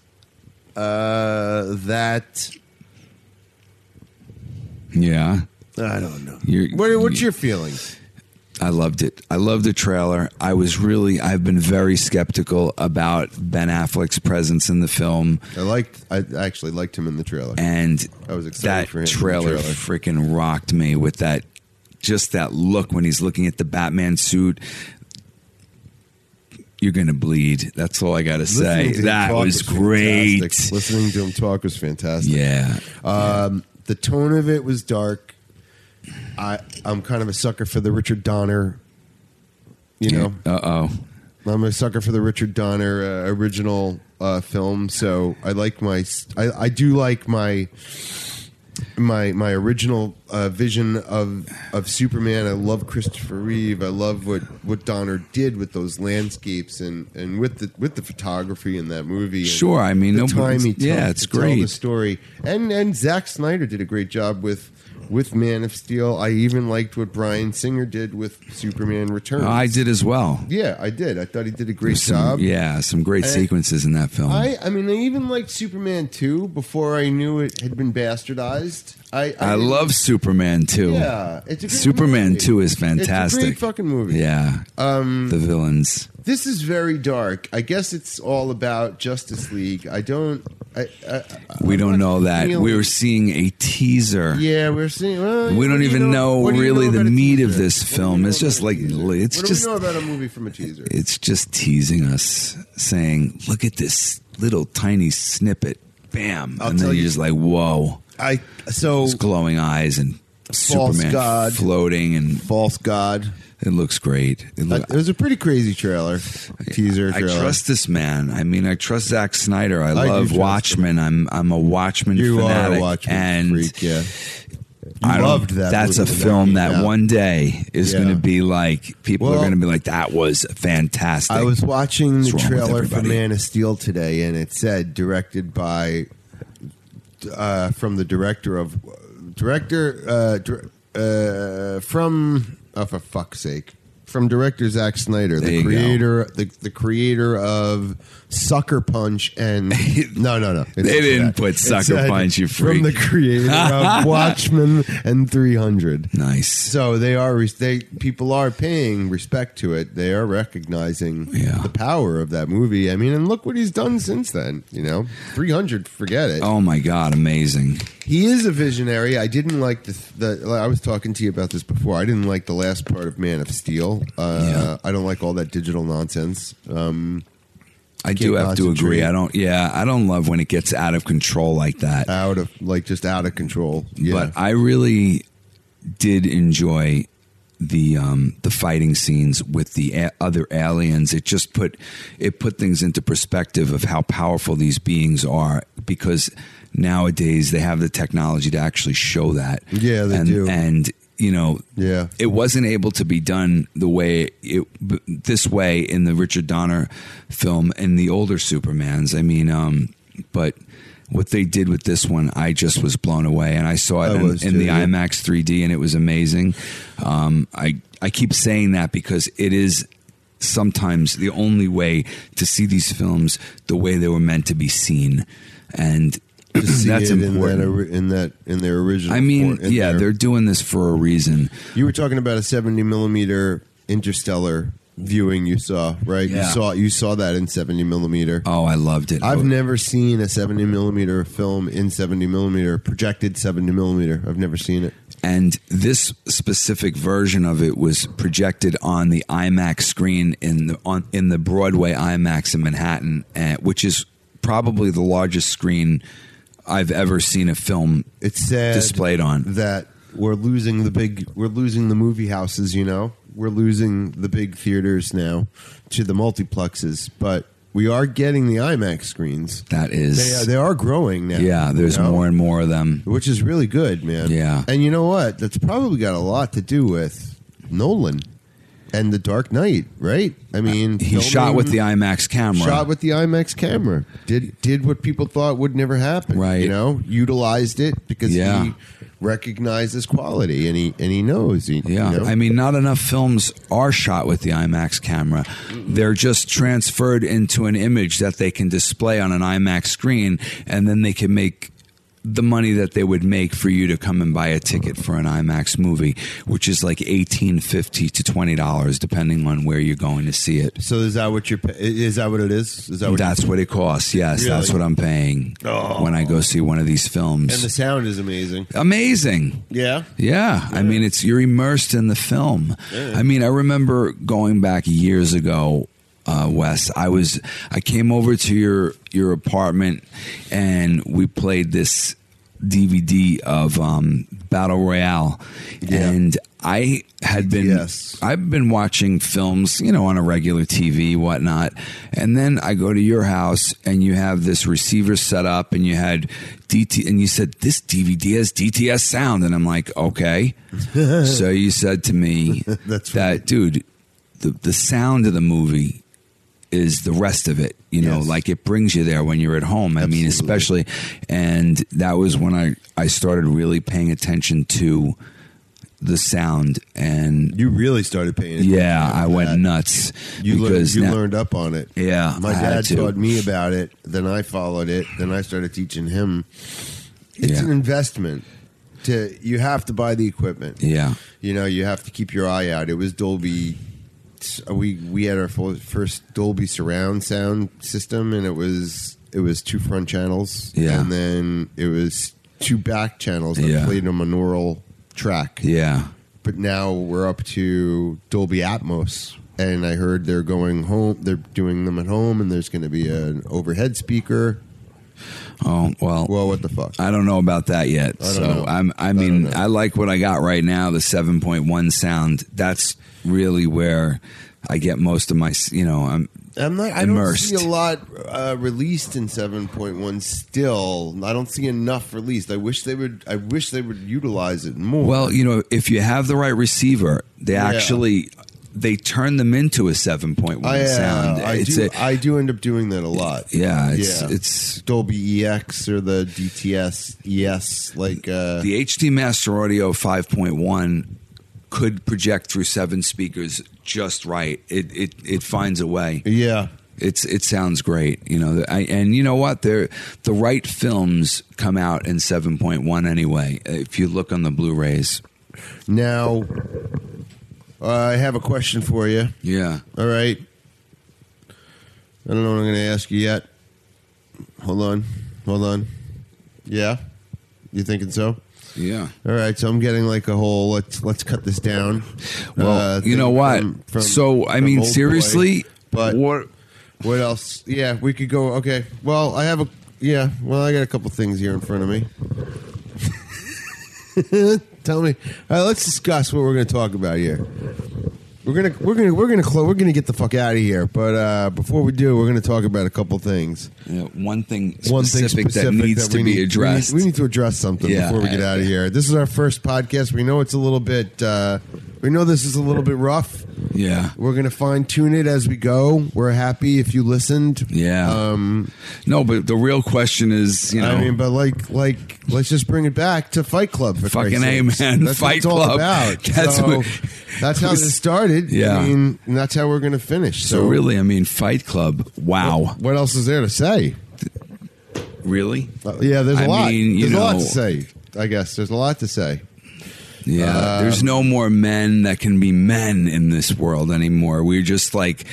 Speaker 2: uh, that
Speaker 1: yeah,
Speaker 2: I don't know.
Speaker 1: You're-
Speaker 2: what, what's
Speaker 1: you-
Speaker 2: your feeling?
Speaker 1: I loved it. I loved the trailer. I was really, I've been very skeptical about Ben Affleck's presence in the film.
Speaker 2: I liked. I actually liked him in the trailer.
Speaker 1: and
Speaker 2: I was excited
Speaker 1: that
Speaker 2: for him in the
Speaker 1: trailer,
Speaker 2: trailer.
Speaker 1: freaking rocked me with that just that look when he's looking at the Batman suit. You're gonna bleed. That's all I gotta say.
Speaker 2: Listening to him
Speaker 1: That
Speaker 2: talk
Speaker 1: was great.
Speaker 2: fantastic. Listening to him talk was fantastic.
Speaker 1: Yeah.
Speaker 2: Um, the tone of it was dark. I I'm kind of a sucker for the Richard Donner. You know,
Speaker 1: Uh oh.
Speaker 2: I'm a sucker for the Richard Donner uh, original uh, film, so I like my I, I do like my my my original uh, vision of of Superman. I love Christopher Reeve. I love what, what Donner did with those landscapes and, and with the with the photography in that movie. and
Speaker 1: Sure, I mean,
Speaker 2: the
Speaker 1: no-
Speaker 2: time he
Speaker 1: it's- yeah,
Speaker 2: took
Speaker 1: it's
Speaker 2: to tell
Speaker 1: great.
Speaker 2: the story. And and Zack Snyder did a great job with with Man of Steel. I even liked what Brian Singer did with Superman Returns.
Speaker 1: I did as well.
Speaker 2: Yeah, I did. I thought he did a great
Speaker 1: Some-
Speaker 2: job.
Speaker 1: Yeah, some great
Speaker 2: And-
Speaker 1: sequences in that film.
Speaker 2: I, I mean, I even liked Superman 2 before I knew it had been bastardized. I,
Speaker 1: I
Speaker 2: didn't-
Speaker 1: love Superman too.
Speaker 2: Yeah, it's a great
Speaker 1: Superman
Speaker 2: movie.
Speaker 1: 2 is
Speaker 2: It's a great
Speaker 1: fantastic.
Speaker 2: fucking movie.
Speaker 1: Yeah.
Speaker 2: Um,
Speaker 1: the villains.
Speaker 2: this is very dark. I guess it's all about Justice League. I don't. I, I, I-
Speaker 1: We
Speaker 2: I'm
Speaker 1: don't
Speaker 2: not
Speaker 1: know that.
Speaker 2: feeling-
Speaker 1: We were seeing a teaser.
Speaker 2: Yeah, we're seeing. well,
Speaker 1: We
Speaker 2: what
Speaker 1: don't
Speaker 2: do you
Speaker 1: even know
Speaker 2: what do you
Speaker 1: really the
Speaker 2: about a
Speaker 1: meat of
Speaker 2: teaser?
Speaker 1: this
Speaker 2: What do
Speaker 1: film.
Speaker 2: you know
Speaker 1: It's just
Speaker 2: about a
Speaker 1: like-
Speaker 2: teaser?
Speaker 1: it's
Speaker 2: what do
Speaker 1: just-
Speaker 2: we know about a movie from a teaser?
Speaker 1: it's just teasing us, saying, "Look at this little tiny snippet." Bam,
Speaker 2: I'll
Speaker 1: and then
Speaker 2: tell
Speaker 1: you're
Speaker 2: you-
Speaker 1: just like, "Whoa!"
Speaker 2: I so
Speaker 1: Those glowing eyes and
Speaker 2: False
Speaker 1: Superman
Speaker 2: God.
Speaker 1: floating, and
Speaker 2: false god.
Speaker 1: it looks great.
Speaker 2: Uh,
Speaker 1: It look,
Speaker 2: It was a pretty crazy trailer, teaser.
Speaker 1: I
Speaker 2: Trailer.
Speaker 1: trust this man. I mean, I trust Zack Snyder. I,
Speaker 2: do
Speaker 1: love
Speaker 2: trust him.
Speaker 1: Watchmen. I'm I'm a Watchmen
Speaker 2: you are
Speaker 1: fanatic,
Speaker 2: a Watchmen
Speaker 1: and
Speaker 2: freak. Yeah,
Speaker 1: I
Speaker 2: You
Speaker 1: don't-
Speaker 2: loved that.
Speaker 1: That's
Speaker 2: movie
Speaker 1: a
Speaker 2: when
Speaker 1: film
Speaker 2: came
Speaker 1: that
Speaker 2: out.
Speaker 1: one day is
Speaker 2: Yeah.
Speaker 1: going to be like people are
Speaker 2: Well,
Speaker 1: going to be like, "That was fantastic."
Speaker 2: I was watching the
Speaker 1: What's wrong with
Speaker 2: trailer for
Speaker 1: everybody?
Speaker 2: Man of Steel today, and it said directed by uh, from the director of director uh, dir- uh, from oh for fuck's sake from director Zack Snyder,
Speaker 1: There
Speaker 2: the
Speaker 1: you go.
Speaker 2: creator the, the creator of Sucker Punch and no no no it
Speaker 1: They
Speaker 2: said
Speaker 1: didn't put Sucker Punch, you
Speaker 2: from the
Speaker 1: freak.
Speaker 2: creator of Watchmen and Three Hundred.
Speaker 1: nice.
Speaker 2: So they are they people are paying respect to it. They are recognizing
Speaker 1: Yeah.
Speaker 2: the power of that movie. I mean, and look what he's done since then. You know, three hundred, forget it.
Speaker 1: Oh my god, amazing.
Speaker 2: He is a visionary. I didn't like the, the. I was talking to you about this before. I didn't like the last part of Man of Steel. Uh,
Speaker 1: Yeah.
Speaker 2: I don't like all that digital nonsense. Um,
Speaker 1: I do
Speaker 2: Can't
Speaker 1: have to agree.
Speaker 2: concentrate.
Speaker 1: I don't. Yeah, I don't love when it gets out of control like that.
Speaker 2: out of like just out of control. Uh, Yeah.
Speaker 1: But I really did enjoy the um, the fighting scenes with the a- other aliens. It just put it put things into perspective of how powerful these beings are because nowadays they have the technology to actually show that.
Speaker 2: Yeah, they
Speaker 1: and,
Speaker 2: do.
Speaker 1: And you know,
Speaker 2: yeah.
Speaker 1: it wasn't able to be done the way it b- this way in the Richard Donner film and the older Supermans. I mean, um, but what they did with this one, I just was blown away, and I saw it
Speaker 2: I
Speaker 1: in,
Speaker 2: was
Speaker 1: in
Speaker 2: too,
Speaker 1: the
Speaker 2: yeah.
Speaker 1: IMAX 3D, and it was amazing. Um, I I keep saying that because it is sometimes the only way to see these films the way they were meant to be seen, and
Speaker 2: To see
Speaker 1: that's
Speaker 2: it In
Speaker 1: important.
Speaker 2: that, ori- in that in their original.
Speaker 1: I mean,
Speaker 2: for- in
Speaker 1: yeah,
Speaker 2: their-
Speaker 1: they're doing this for a reason.
Speaker 2: You were talking about a seventy millimeter interstellar viewing you saw, right? You
Speaker 1: Yeah.
Speaker 2: saw you saw that in seventy millimeter.
Speaker 1: Oh, I loved it.
Speaker 2: I've
Speaker 1: Oh,
Speaker 2: never seen a seventy millimeter film in seventy millimeter projected seventy millimeter. I've never seen it.
Speaker 1: and this specific version of it was projected on the IMAX screen in the on in the Broadway IMAX in Manhattan, uh, which is probably the largest screen I've ever seen a film
Speaker 2: It's sad
Speaker 1: displayed on.
Speaker 2: that we're losing the big we're losing the movie houses, you know. We're losing the big theaters now to the multiplexes, but we are getting the IMAX screens.
Speaker 1: That
Speaker 2: They
Speaker 1: is,
Speaker 2: are, they are growing now.
Speaker 1: yeah. There's
Speaker 2: you know?
Speaker 1: more and more of them.
Speaker 2: which is really good, man.
Speaker 1: Yeah.
Speaker 2: and you know what? That's probably got a lot to do with Nolan and the Dark Knight, right? I mean,
Speaker 1: He shot with the
Speaker 2: IMAX
Speaker 1: IMAX camera.
Speaker 2: shot with the IMAX camera. Did did what people thought would never happen,
Speaker 1: Right.
Speaker 2: You know, utilized it because
Speaker 1: Yeah.
Speaker 2: he recognizes quality and he and he knows. He,
Speaker 1: Yeah,
Speaker 2: you know?
Speaker 1: I mean, not enough films are shot with the IMAX camera. They're just transferred into an image that they can display on an IMAX screen, and then they can make the money that they would make for you to come and buy a ticket for an IMAX movie, which is like eighteen fifty to twenty dollars, depending on where you're going to see it.
Speaker 2: so is that what you're? pa- Is that what it is? Is that what?
Speaker 1: That's what it costs. Yes,
Speaker 2: Really?
Speaker 1: that's what I'm paying
Speaker 2: Oh.
Speaker 1: when I go see one of these
Speaker 2: and the
Speaker 1: films.
Speaker 2: sound is amazing.
Speaker 1: Amazing.
Speaker 2: Yeah,
Speaker 1: Yeah, I mean, it's you're immersed in the film. I mean, I remember going back years ago, uh, Wes. I was I came over to your your apartment, and we played this DVD of um, Battle Royale,
Speaker 2: Yeah.
Speaker 1: and I had been
Speaker 2: Yes.
Speaker 1: I've been watching films, you know, on a regular TV, whatnot, and then I go to your house and you have this receiver set up, and you had DT, and you said this DVD has DTS sound, and I'm like, okay. so you said to me
Speaker 2: That's
Speaker 1: that,
Speaker 2: right.
Speaker 1: dude, the the sound of the movie is the rest of it, you know,
Speaker 2: Yes.
Speaker 1: like it brings you there when you're at home. I mean,
Speaker 2: Absolutely.
Speaker 1: especially, and that was when I I started really paying attention to the sound and
Speaker 2: you really started paying. attention
Speaker 1: yeah,
Speaker 2: to
Speaker 1: I went
Speaker 2: that.
Speaker 1: nuts
Speaker 2: You learned,
Speaker 1: because
Speaker 2: you
Speaker 1: now-
Speaker 2: learned up on it.
Speaker 1: Yeah,
Speaker 2: my
Speaker 1: I had
Speaker 2: dad
Speaker 1: to.
Speaker 2: taught me about it. Then I followed it. Then I started teaching him. It's
Speaker 1: Yeah.
Speaker 2: an investment. To you have to buy the equipment.
Speaker 1: Yeah,
Speaker 2: You know, you have to keep your eye out. It was Dolby. We we had our full- first Dolby surround sound system, and it was it was two front channels.
Speaker 1: Yeah.
Speaker 2: and then it was two back channels that
Speaker 1: Yeah.
Speaker 2: played a monaural track
Speaker 1: yeah,
Speaker 2: but now we're up to Dolby Atmos. And I heard they're going home. They're doing them at home, and there's going to be an overhead speaker.
Speaker 1: oh well,
Speaker 2: Well, what the fuck?
Speaker 1: I don't know about that yet.
Speaker 2: don't
Speaker 1: so
Speaker 2: know.
Speaker 1: I'm, I
Speaker 2: I don't
Speaker 1: mean,
Speaker 2: know.
Speaker 1: I, like what I got right now. The seven point one sound. That's really where I get most of my. s- You know, I'm
Speaker 2: I'm not. I
Speaker 1: Immersed.
Speaker 2: don't see a lot uh, released in 7.1 still. I don't see enough released. I wish they would. I wish they would utilize it more.
Speaker 1: well. You know, if you have the right receiver, they
Speaker 2: Yeah.
Speaker 1: actually they turn them into a seven point
Speaker 2: I,
Speaker 1: one
Speaker 2: uh,
Speaker 1: sound.
Speaker 2: I
Speaker 1: it's
Speaker 2: do.
Speaker 1: a-
Speaker 2: I do end up doing that a lot.
Speaker 1: yeah, it's it's
Speaker 2: Dolby EX or the DTS ES. E Like uh,
Speaker 1: The HD Master Audio 5.1 could project through seven speakers just right. It it, it finds a way.
Speaker 2: yeah,
Speaker 1: It's it sounds great, you know. I, and you know what? They're, the right films come out in 7.1 anyway. If you look on the Blu-rays,
Speaker 2: Now, I have a question for you.
Speaker 1: yeah,
Speaker 2: All right. I don't know what I'm going to ask you yet. Hold on. Hold on. Yeah? You thinking so?
Speaker 1: yeah.
Speaker 2: All right, so I'm getting like a whole let's let's cut this down.
Speaker 1: Well,
Speaker 2: uh,
Speaker 1: you know
Speaker 2: thing
Speaker 1: what?
Speaker 2: from- from-
Speaker 1: so I
Speaker 2: from
Speaker 1: mean,
Speaker 2: Old Boy.
Speaker 1: seriously,
Speaker 2: but
Speaker 1: what
Speaker 2: What else? Yeah, we could go. Okay. Well, I have a. Yeah. Well, I got a couple things here in front of me. Tell me. All right, let's discuss what we're going to talk about here. We're gonna we're gonna we're gonna close. We're gonna get the fuck out of here. But uh, before we do, we're gonna talk about a couple things.
Speaker 1: Yeah, one thing specific,
Speaker 2: One thing specific
Speaker 1: that needs
Speaker 2: we
Speaker 1: to
Speaker 2: need-
Speaker 1: be addressed.
Speaker 2: We need, we need to address something
Speaker 1: Yeah,
Speaker 2: before we get
Speaker 1: I-
Speaker 2: out of here. This is our first podcast. We know it's a little bit. Uh, we know this is a little bit rough.
Speaker 1: yeah.
Speaker 2: We're gonna fine tune it as we go. We're happy if you listened.
Speaker 1: Yeah.
Speaker 2: Um,
Speaker 1: No, but the real question is, you know,
Speaker 2: I mean, but like, like, let's just bring it back to Fight Club. For
Speaker 1: Fucking
Speaker 2: Christ's
Speaker 1: A,
Speaker 2: sakes.
Speaker 1: man.
Speaker 2: That's what
Speaker 1: Fight
Speaker 2: it's all
Speaker 1: Club.
Speaker 2: about.
Speaker 1: That's
Speaker 2: So,
Speaker 1: what-
Speaker 2: that's how this started.
Speaker 1: Yeah.
Speaker 2: I mean, and that's how we're gonna finish. So,
Speaker 1: so really, I mean, Fight Club. Wow,
Speaker 2: what else is there to say?
Speaker 1: really?
Speaker 2: Uh, yeah, there's a
Speaker 1: I
Speaker 2: lot.
Speaker 1: mean, you
Speaker 2: there's a lot
Speaker 1: know-
Speaker 2: to say. I guess there's a lot to say.
Speaker 1: Yeah,
Speaker 2: Uh,
Speaker 1: there's no more men that can be men in this world anymore. We're just like,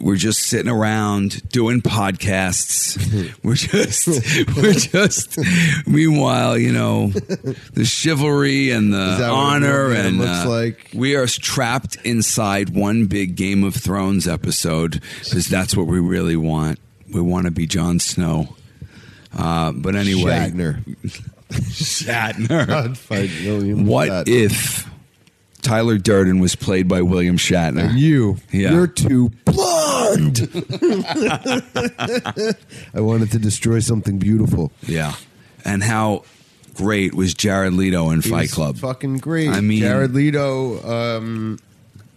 Speaker 1: we're just sitting around doing podcasts. we're just, we're just. Meanwhile, you know, the chivalry and
Speaker 2: Is
Speaker 1: the
Speaker 2: that what it
Speaker 1: honor
Speaker 2: really
Speaker 1: and
Speaker 2: looks
Speaker 1: uh,
Speaker 2: like?
Speaker 1: we are trapped inside one big Game of Thrones episode because that's what we really want. We want to be Jon Snow. Uh, but anyway,
Speaker 2: Shatner.
Speaker 1: Shatner.
Speaker 2: God, fight William.
Speaker 1: What
Speaker 2: Shatner.
Speaker 1: if Tyler Durden was played by William
Speaker 2: And
Speaker 1: Shatner?
Speaker 2: you,
Speaker 1: Yeah.
Speaker 2: you're too blonde. I wanted to destroy something beautiful.
Speaker 1: Yeah. And how great was Jared Leto in
Speaker 2: He
Speaker 1: Fight
Speaker 2: was
Speaker 1: Club?
Speaker 2: Fucking great.
Speaker 1: I mean-
Speaker 2: Jared Leto. Um,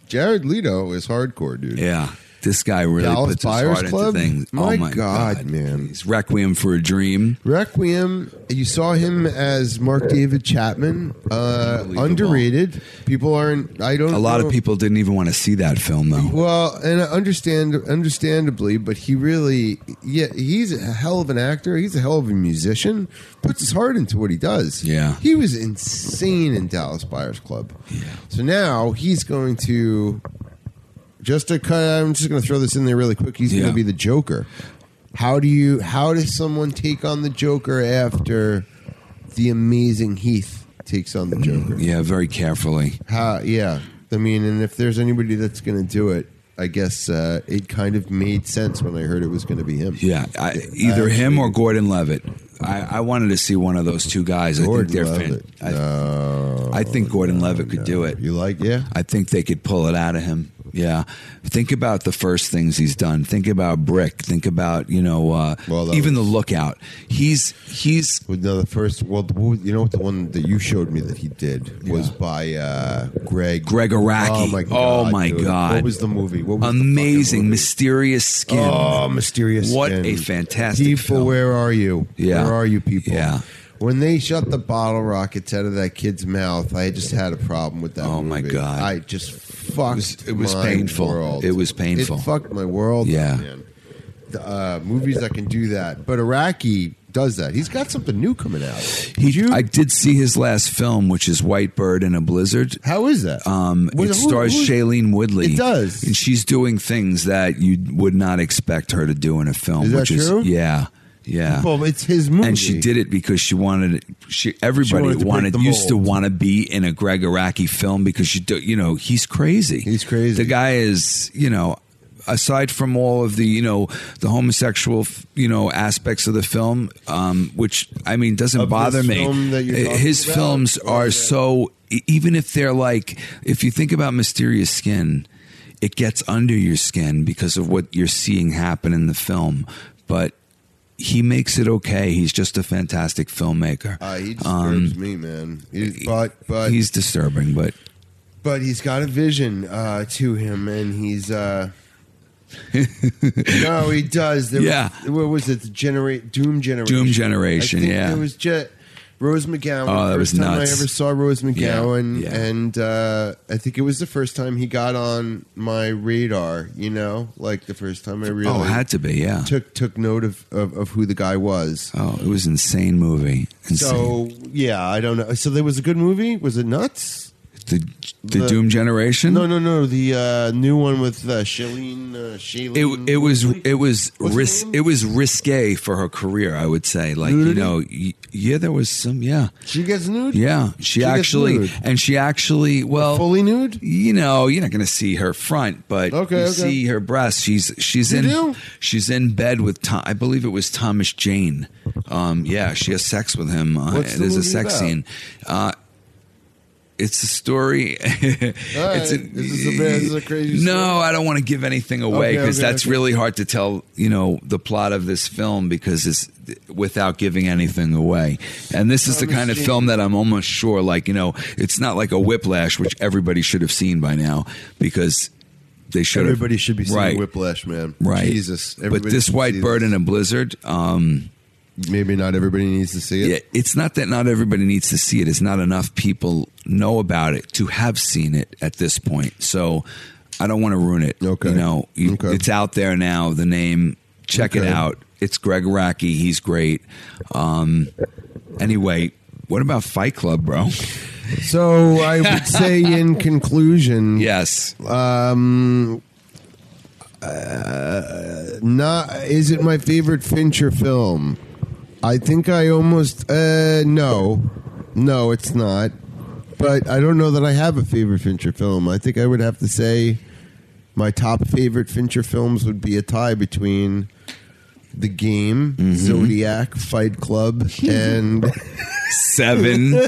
Speaker 2: Jared Leto is hardcore, dude.
Speaker 1: Yeah. This guy really
Speaker 2: Dallas
Speaker 1: puts his
Speaker 2: Buyers
Speaker 1: heart
Speaker 2: Club?
Speaker 1: into things.
Speaker 2: My
Speaker 1: oh my
Speaker 2: God,
Speaker 1: God,
Speaker 2: man.
Speaker 1: He's Requiem for a Dream.
Speaker 2: Requiem. You saw him as Mark David Chapman. Uh,
Speaker 1: Unbelievable.
Speaker 2: underrated. People aren't. I don't.
Speaker 1: A lot
Speaker 2: know-
Speaker 1: of people didn't even want to see that film though.
Speaker 2: Well, and understand, understandably, but he really, yeah, he's a hell of an actor. He's a hell of a musician. Puts his heart into what he does.
Speaker 1: Yeah.
Speaker 2: he was insane in Dallas Buyers Club. Yeah. So now he's going to just to cut. I'm just going to throw this in there really quick. He's going
Speaker 1: Yeah.
Speaker 2: to be the Joker. How do you? How does someone take on the Joker after the amazing Heath takes on the Joker?
Speaker 1: Yeah, very carefully.
Speaker 2: How, yeah. I mean, and if there's anybody that's going to do it, I guess uh, it kind of made sense when I heard it was going to be him.
Speaker 1: Yeah, I, either
Speaker 2: I
Speaker 1: him
Speaker 2: actually-
Speaker 1: or Gordon Levitt. I, I wanted to see one of those two guys.
Speaker 2: Gordon
Speaker 1: I think they're
Speaker 2: Levitt. Oh,
Speaker 1: Fan. I,
Speaker 2: No,
Speaker 1: I think Gordon Levitt could do it.
Speaker 2: You like, yeah?
Speaker 1: I think they could pull it out of him. Yeah. Think about the first things he's done. Think about Brick. Think about you know uh,
Speaker 2: Well, that
Speaker 1: even
Speaker 2: was-
Speaker 1: the Lookout. He's he's
Speaker 2: Well, no, the first, well, the- what was- you know what? The one that you showed me that he did was
Speaker 1: Yeah.
Speaker 2: by uh, Greg.
Speaker 1: Gregoraki.
Speaker 2: Oh, my
Speaker 1: Oh,
Speaker 2: God.
Speaker 1: my
Speaker 2: dude.
Speaker 1: God.
Speaker 2: What was the movie? What was the fucking
Speaker 1: amazing,
Speaker 2: movie?
Speaker 1: mysterious skin.
Speaker 2: Oh, mysterious!
Speaker 1: What
Speaker 2: Skin.
Speaker 1: a fantastic
Speaker 2: people!
Speaker 1: film.
Speaker 2: Where are you?
Speaker 1: Yeah.
Speaker 2: where are you, people?
Speaker 1: Yeah.
Speaker 2: When they shut the bottle rockets out of that kid's mouth, I just had a problem with that.
Speaker 1: Oh, my
Speaker 2: movie.
Speaker 1: God.
Speaker 2: I just fucked. It
Speaker 1: was- it was
Speaker 2: my
Speaker 1: painful.
Speaker 2: World.
Speaker 1: It was painful.
Speaker 2: It fucked my world. up,
Speaker 1: Yeah.
Speaker 2: man. The, Uh, movies that can do that, but Iraqi does that. He's got something new coming out.
Speaker 1: He- I did see his last film, which is White Bird in a Blizzard.
Speaker 2: How is that?
Speaker 1: Um,
Speaker 2: What-
Speaker 1: it
Speaker 2: who-
Speaker 1: stars
Speaker 2: who-
Speaker 1: Shailene Woodley.
Speaker 2: It does.
Speaker 1: and she's doing things that you would not expect her to do in a film.
Speaker 2: Is that
Speaker 1: which
Speaker 2: true?
Speaker 1: is yeah, yeah.
Speaker 2: Well, it's his movie,
Speaker 1: and she did it because she wanted she everybody
Speaker 2: wanted to
Speaker 1: wanted,
Speaker 2: break the
Speaker 1: used to
Speaker 2: mold.
Speaker 1: want to be in a Greg Araki film because she do, you know he's crazy
Speaker 2: He's crazy.
Speaker 1: the guy is you know aside from all of the you know the homosexual you know aspects of the film um, which I mean doesn't
Speaker 2: Of this
Speaker 1: bother me
Speaker 2: film that you're
Speaker 1: Uh,
Speaker 2: talking
Speaker 1: his
Speaker 2: about?
Speaker 1: films
Speaker 2: Or
Speaker 1: are
Speaker 2: that-
Speaker 1: so e- even if they're like if you think about mysterious skin it gets under your skin because of what you're seeing happen in the film but he makes it okay. He's just a fantastic filmmaker.
Speaker 2: Uh, he disturbs
Speaker 1: Um,
Speaker 2: me, man. He, but but
Speaker 1: he's disturbing, but
Speaker 2: but he's got a vision uh, to him, and he's. Uh, no, he does. There
Speaker 1: Yeah.
Speaker 2: was, what was it? The generate Doom Generation.
Speaker 1: Doom Generation,
Speaker 2: I think
Speaker 1: yeah.
Speaker 2: It was just Rose McGowan.
Speaker 1: Oh, that
Speaker 2: first
Speaker 1: was
Speaker 2: time
Speaker 1: nuts.
Speaker 2: I ever saw Rose McGowan,
Speaker 1: yeah.
Speaker 2: and uh, I think it was the first time he got on my radar. You know, like the first time I really
Speaker 1: oh, had to be, yeah.
Speaker 2: took took note of, of of who the guy was.
Speaker 1: Oh, it was insane movie. Insane.
Speaker 2: So yeah, I don't know. So there was a good movie. Was it nuts?
Speaker 1: The, the
Speaker 2: The-
Speaker 1: Doom Generation.
Speaker 2: No, no, no. The uh, new one with uh, Shailene. Uh, Shailene.
Speaker 1: It it was it was
Speaker 2: What's her
Speaker 1: ris-
Speaker 2: name?
Speaker 1: it was risque for her career. I would say, like you
Speaker 2: Nudity?
Speaker 1: know, y- yeah, there was some, yeah,
Speaker 2: She gets nude.
Speaker 1: yeah. She,
Speaker 2: She gets
Speaker 1: actually
Speaker 2: nude.
Speaker 1: and she actually well.
Speaker 2: Fully nude.
Speaker 1: you know, you're not going to see her front, but
Speaker 2: Okay,
Speaker 1: you
Speaker 2: okay.
Speaker 1: see her breasts. She's she's
Speaker 2: You
Speaker 1: in
Speaker 2: do?
Speaker 1: she's in bed with Tom, I believe it was Thomas Jane. Um, yeah, she has sex with him. Uh,
Speaker 2: What's the
Speaker 1: there's a
Speaker 2: movie
Speaker 1: sex
Speaker 2: about?
Speaker 1: scene. Uh, it's a story. it's
Speaker 2: right. This is a bad- this is a crazy
Speaker 1: No,
Speaker 2: story.
Speaker 1: I don't want to give anything away
Speaker 2: Okay,
Speaker 1: because
Speaker 2: okay,
Speaker 1: that's
Speaker 2: okay.
Speaker 1: really hard to tell. You know the plot of this film because it's without giving anything away. And this is the
Speaker 2: Thomas
Speaker 1: kind of
Speaker 2: Jane.
Speaker 1: film that I'm almost sure, like you know, it's not like a Whiplash, which everybody should have seen by now because they should. have-
Speaker 2: Everybody should be seeing
Speaker 1: right,
Speaker 2: Whiplash, man.
Speaker 1: Right,
Speaker 2: Jesus.
Speaker 1: But this White Bird in a Blizzard, um,
Speaker 2: Maybe not everybody needs to see it.
Speaker 1: yeah, it's not that not everybody needs to see it. It's not enough people know about it to have seen it at this point. So I don't want to ruin it.
Speaker 2: Okay.
Speaker 1: you know, you,
Speaker 2: Okay.
Speaker 1: it's out there now. The name, check it
Speaker 2: Okay.
Speaker 1: out. It's Greg Racky. He's great. Um, anyway, what about Fight Club, bro?
Speaker 2: So I would say, in conclusion,
Speaker 1: yes.
Speaker 2: Um, uh, not is it my favorite Fincher film? I think I almost uh, no, no, it's not. But I don't know that I have a favorite Fincher film. I think I would have to say my top favorite Fincher films would be a tie between The Game, Zodiac, Fight Club, and
Speaker 1: Seven,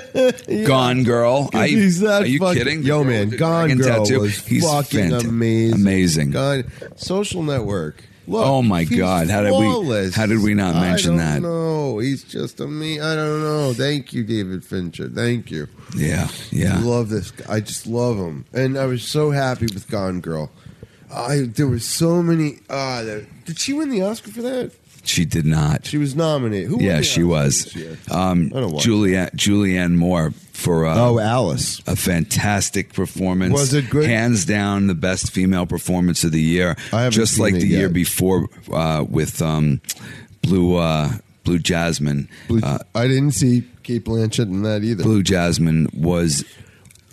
Speaker 1: Gone Girl. I,
Speaker 2: He's that
Speaker 1: are you
Speaker 2: fucking-
Speaker 1: kidding?
Speaker 2: Yo, man,
Speaker 1: The
Speaker 2: Gone
Speaker 1: dragon
Speaker 2: Girl
Speaker 1: tattoo.
Speaker 2: was
Speaker 1: He's
Speaker 2: fucking
Speaker 1: fant-
Speaker 2: amazing.
Speaker 1: Amazing.
Speaker 2: Gone Social Network. Look,
Speaker 1: Oh, my
Speaker 2: he's
Speaker 1: God. How did we-
Speaker 2: flawless.
Speaker 1: how did we not mention
Speaker 2: I
Speaker 1: that?
Speaker 2: don't know. he's just a me. I don't know. Thank you, David Fincher. Thank you.
Speaker 1: Yeah, yeah.
Speaker 2: love this. guy. I just love him, and I was so happy with Gone Girl. I there were so many. Ah, there- did she win the Oscar for that?
Speaker 1: She did not.
Speaker 2: She was nominated. Who? won
Speaker 1: Yeah,
Speaker 2: the
Speaker 1: she
Speaker 2: Oscar
Speaker 1: was.
Speaker 2: this year?
Speaker 1: Um,
Speaker 2: I don't watch.
Speaker 1: Julianne Julianne Moore for uh,
Speaker 2: oh, Alice.
Speaker 1: a fantastic performance.
Speaker 2: Was it good?
Speaker 1: Hands down, the best female performance of the year.
Speaker 2: I haven't
Speaker 1: just
Speaker 2: seen
Speaker 1: like
Speaker 2: it
Speaker 1: the year
Speaker 2: yet.
Speaker 1: before uh, with um, Blue uh, Blue Jasmine.
Speaker 2: Blue-
Speaker 1: Uh,
Speaker 2: I didn't see Kate Blanchett in that either.
Speaker 1: Blue Jasmine was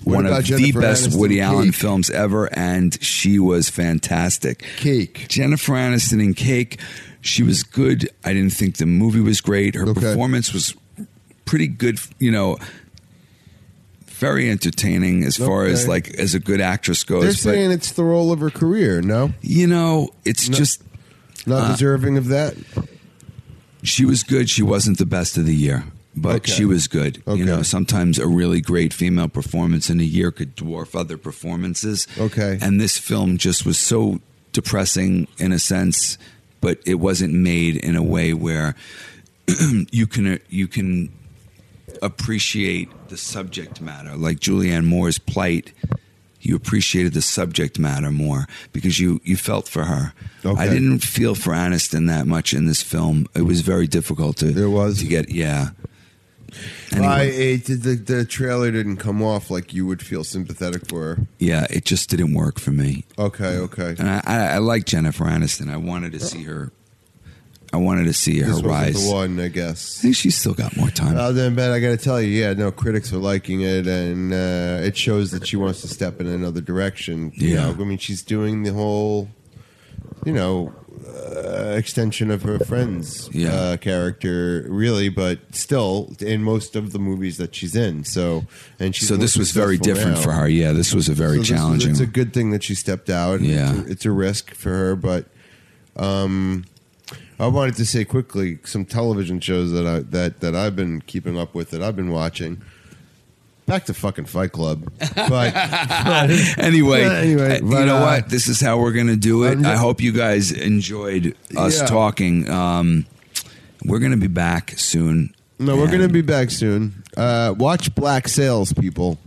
Speaker 2: What
Speaker 1: one of
Speaker 2: about
Speaker 1: the
Speaker 2: Jennifer
Speaker 1: best
Speaker 2: Aniston
Speaker 1: Woody Allen
Speaker 2: Cake?
Speaker 1: films ever, and she was fantastic.
Speaker 2: Cake.
Speaker 1: Jennifer Aniston in Cake, she was good. I didn't think the movie was great. Her
Speaker 2: Okay.
Speaker 1: performance was pretty good, you know, very entertaining as far as
Speaker 2: Okay.
Speaker 1: like as a good actress goes.
Speaker 2: They're
Speaker 1: but,
Speaker 2: saying it's the role of her career. No,
Speaker 1: you know, it's
Speaker 2: No.
Speaker 1: just
Speaker 2: not
Speaker 1: Uh,
Speaker 2: deserving of that.
Speaker 1: she was good. She wasn't the best of the year, but
Speaker 2: Okay.
Speaker 1: she was good.
Speaker 2: Okay.
Speaker 1: You know, sometimes a really great female performance in a year could dwarf other performances.
Speaker 2: Okay.
Speaker 1: And this film just was so depressing in a sense, but it wasn't made in a way where you can you can appreciate the subject matter. Like Julianne Moore's plight, you appreciated the subject matter more because you you felt for her.
Speaker 2: Okay.
Speaker 1: I didn't feel for Aniston that much in this film. It was very difficult to
Speaker 2: There was.
Speaker 1: to get yeah.
Speaker 2: I,
Speaker 1: Anyway,
Speaker 2: it, the, the trailer didn't come off like you would feel sympathetic for her.
Speaker 1: yeah, it just didn't work for me.
Speaker 2: Okay, okay.
Speaker 1: And I, I, I like Jennifer Aniston. I wanted to see her. I wanted to see
Speaker 2: This
Speaker 1: her
Speaker 2: was
Speaker 1: rise.
Speaker 2: the
Speaker 1: I
Speaker 2: one, Uh, I guess.
Speaker 1: think she's still got more time.
Speaker 2: Other than that, I got to tell you, yeah, no, critics are liking it, and uh, it shows that she wants to step in another direction. You
Speaker 1: Yeah.
Speaker 2: know, I mean, she's doing the whole, you know, uh, extension of her friend's
Speaker 1: Yeah.
Speaker 2: uh, character, really, but still in most of the movies that she's in. So, and she's
Speaker 1: so this
Speaker 2: more
Speaker 1: was very
Speaker 2: successful
Speaker 1: different
Speaker 2: now.
Speaker 1: for her. Yeah, this was a very
Speaker 2: So this is-
Speaker 1: challenging.
Speaker 2: It's a good thing that she stepped out. and
Speaker 1: Yeah.
Speaker 2: it's a, it's a risk for her, but um, I wanted to say quickly some television shows that I that that I've been keeping up with that I've been watching. Back to fucking Fight Club, but
Speaker 1: anyway,
Speaker 2: Yeah, anyway,
Speaker 1: uh, you
Speaker 2: but,
Speaker 1: know
Speaker 2: uh,
Speaker 1: what? This is how we're going to do it.
Speaker 2: I'm-
Speaker 1: I hope you guys enjoyed us
Speaker 2: Yeah.
Speaker 1: talking. Um, we're going to be back soon.
Speaker 2: no, we're
Speaker 1: And
Speaker 2: gonna be back soon. Uh, watch Black Sails, people.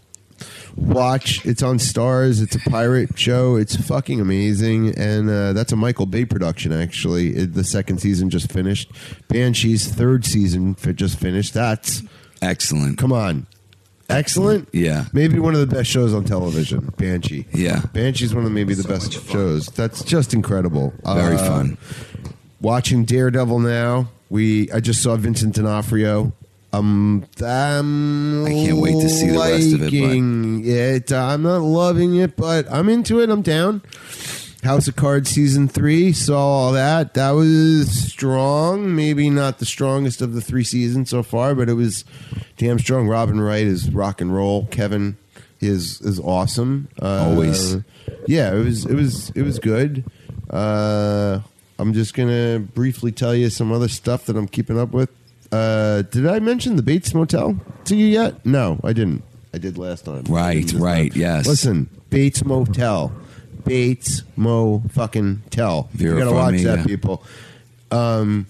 Speaker 2: Watch. It's on Stars. It's a pirate show. It's fucking amazing, and uh, that's a Michael Bay production. Actually, It- the second season just finished. Banshee's third season fi- just finished. That's
Speaker 1: excellent.
Speaker 2: Come on. Excellent.
Speaker 1: Yeah.
Speaker 2: Maybe one of the best shows on television, Banshee.
Speaker 1: Yeah.
Speaker 2: Banshee's one of maybe the
Speaker 1: So
Speaker 2: best
Speaker 1: much fun.
Speaker 2: shows. That's just incredible.
Speaker 1: Very
Speaker 2: Uh,
Speaker 1: fun.
Speaker 2: Watching Daredevil now. We I just saw Vincent D'Onofrio Um, I'm
Speaker 1: I can't wait to see the rest of it, but-
Speaker 2: liking it. I'm not loving it, but I'm into it. I'm down. House of Cards season three. Saw all that. That was strong. Maybe not the strongest of the three seasons so far, but it was damn strong. Robin Wright is rock and roll. Kevin is is awesome. Uh,
Speaker 1: Always.
Speaker 2: Yeah, it was it was it was good. Uh, I'm just gonna briefly tell you some other stuff that I'm keeping up with. Uh, did I mention the Bates Motel to you yet? No, I didn't. I did last time. I
Speaker 1: Right,
Speaker 2: didn't this
Speaker 1: right,
Speaker 2: time.
Speaker 1: yes.
Speaker 2: Listen, Bates Motel. Bates Mo fucking tell.
Speaker 1: Vera
Speaker 2: you gotta watch
Speaker 1: Farmiga.
Speaker 2: that, people. Um,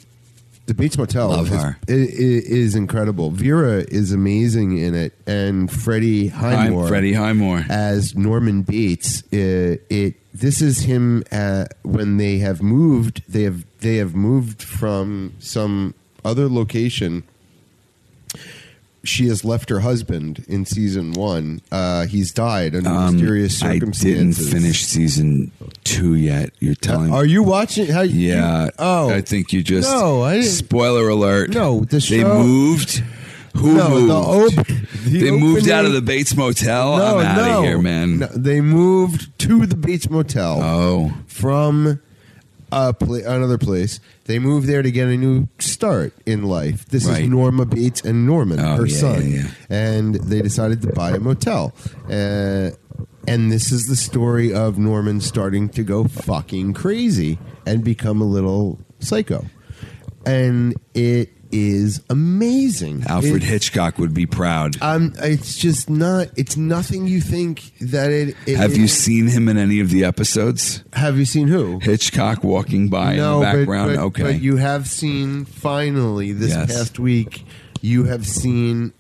Speaker 2: the Bates Motel
Speaker 1: Love
Speaker 2: is,
Speaker 1: her.
Speaker 2: i- i- is incredible. Vera is amazing in it, and Freddie
Speaker 1: I'm
Speaker 2: Highmore
Speaker 1: Freddie Highmore.
Speaker 2: as Norman Bates. Uh, it this is him uh when they have moved. They have they have moved from some other location. She has left her husband in season one. Uh, he's died under
Speaker 1: Um,
Speaker 2: mysterious
Speaker 1: I didn't
Speaker 2: circumstances. Uh,
Speaker 1: finish season two yet. You're telling me.
Speaker 2: Are you watching? How
Speaker 1: Yeah.
Speaker 2: you- oh,
Speaker 1: I think you just.
Speaker 2: No, I didn't-
Speaker 1: Spoiler alert.
Speaker 2: No, the
Speaker 1: They
Speaker 2: show-
Speaker 1: moved. Who
Speaker 2: No, the
Speaker 1: moved?
Speaker 2: op- the
Speaker 1: they moved out
Speaker 2: opening-
Speaker 1: of the Bates Motel. I'm out of here, man.
Speaker 2: No, they moved to the Beach Motel
Speaker 1: Oh,
Speaker 2: from a pla- another place. They moved there to get a new start in life. This
Speaker 1: Right.
Speaker 2: is Norma Bates and Norman,
Speaker 1: Oh,
Speaker 2: her
Speaker 1: yeah,
Speaker 2: son,
Speaker 1: yeah, yeah.
Speaker 2: and they decided to buy a motel. Uh, and this is the story of Norman starting to go fucking crazy and become a little psycho. And it is amazing.
Speaker 1: Alfred
Speaker 2: It-
Speaker 1: Hitchcock would be proud.
Speaker 2: um, it's just not. It's nothing you think that it. it
Speaker 1: Have you seen him in any of the episodes?
Speaker 2: Have you seen who?
Speaker 1: Hitchcock walking by in the background.
Speaker 2: But, but,
Speaker 1: okay,
Speaker 2: but you have seen finally this
Speaker 1: Yes.
Speaker 2: past week. You have seen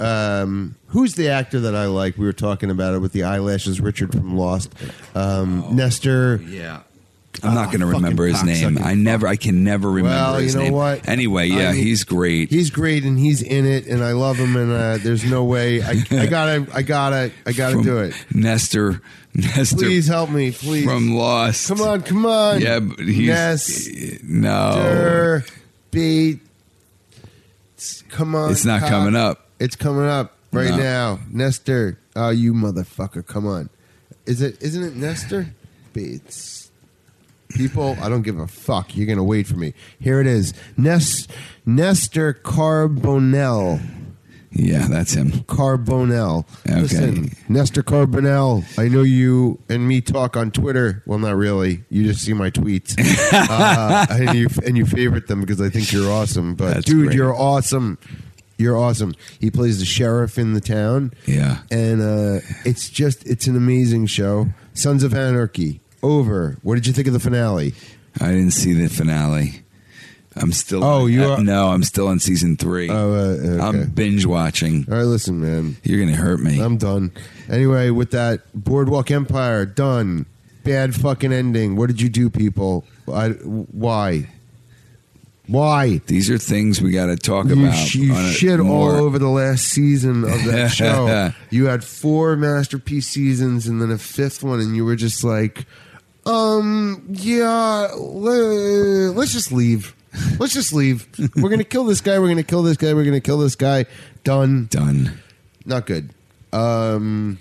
Speaker 2: um, who's the actor that I like? We were talking about it with the eyelashes, Richard from Lost, um,
Speaker 1: Oh.
Speaker 2: Nestor.
Speaker 1: yeah. I'm not
Speaker 2: Ah,
Speaker 1: going to
Speaker 2: fucking
Speaker 1: remember his name.
Speaker 2: cocksucking
Speaker 1: I never. I can never remember
Speaker 2: Well,
Speaker 1: his
Speaker 2: you know
Speaker 1: name.
Speaker 2: what?
Speaker 1: Anyway, yeah,
Speaker 2: I mean,
Speaker 1: he's great.
Speaker 2: He's great, and he's in it, and I love him. And uh, there's no way I, I gotta, I gotta, I gotta do it.
Speaker 1: Nestor. Nestor.
Speaker 2: Please help me, please.
Speaker 1: from Lost.
Speaker 2: come on, come on.
Speaker 1: Yeah, but he's Oh.
Speaker 2: Yes.
Speaker 1: no.
Speaker 2: Sure. Beat. Come on.
Speaker 1: It's not
Speaker 2: cock.
Speaker 1: coming up.
Speaker 2: It's coming up right
Speaker 1: No.
Speaker 2: now. Nestor. Oh, you motherfucker. Come on. Is it isn't it Nestor? Beats. People, I don't give a fuck. You're gonna wait for me. Here it is. Nes Nestor Carbonell.
Speaker 1: Yeah, that's him.
Speaker 2: Carbonell.
Speaker 1: Okay.
Speaker 2: Listen, Nestor Carbonell, I know you and me talk on Twitter. Well, not really. You just see my tweets, uh, and you and you favorite them because I think you're awesome. But
Speaker 1: That's
Speaker 2: dude,
Speaker 1: great.
Speaker 2: you're awesome. You're awesome. He plays the sheriff in the town.
Speaker 1: Yeah.
Speaker 2: and uh, it's just it's an amazing show. Sons of Anarchy over. What did you think of the finale?
Speaker 1: I didn't see the finale. I'm still.
Speaker 2: Oh, you
Speaker 1: uh,
Speaker 2: are-
Speaker 1: no, I'm still on season three.
Speaker 2: Oh, uh, okay.
Speaker 1: I'm binge watching.
Speaker 2: All right, listen, man.
Speaker 1: You're gonna hurt me.
Speaker 2: I'm done. Anyway, with that Boardwalk Empire done. Bad fucking ending. What did you do, people? I, why? Why?
Speaker 1: These are things we got to talk
Speaker 2: You,
Speaker 1: about.
Speaker 2: sh- you
Speaker 1: on a
Speaker 2: shit all
Speaker 1: more-
Speaker 2: over the last season of that show. You had four masterpiece seasons and then a fifth one, and you were just like, um, yeah, le- let's just leave. Let's just leave. We're gonna kill this guy. We're gonna kill this guy. We're gonna kill this guy. Done
Speaker 1: Done.
Speaker 2: not good. Um,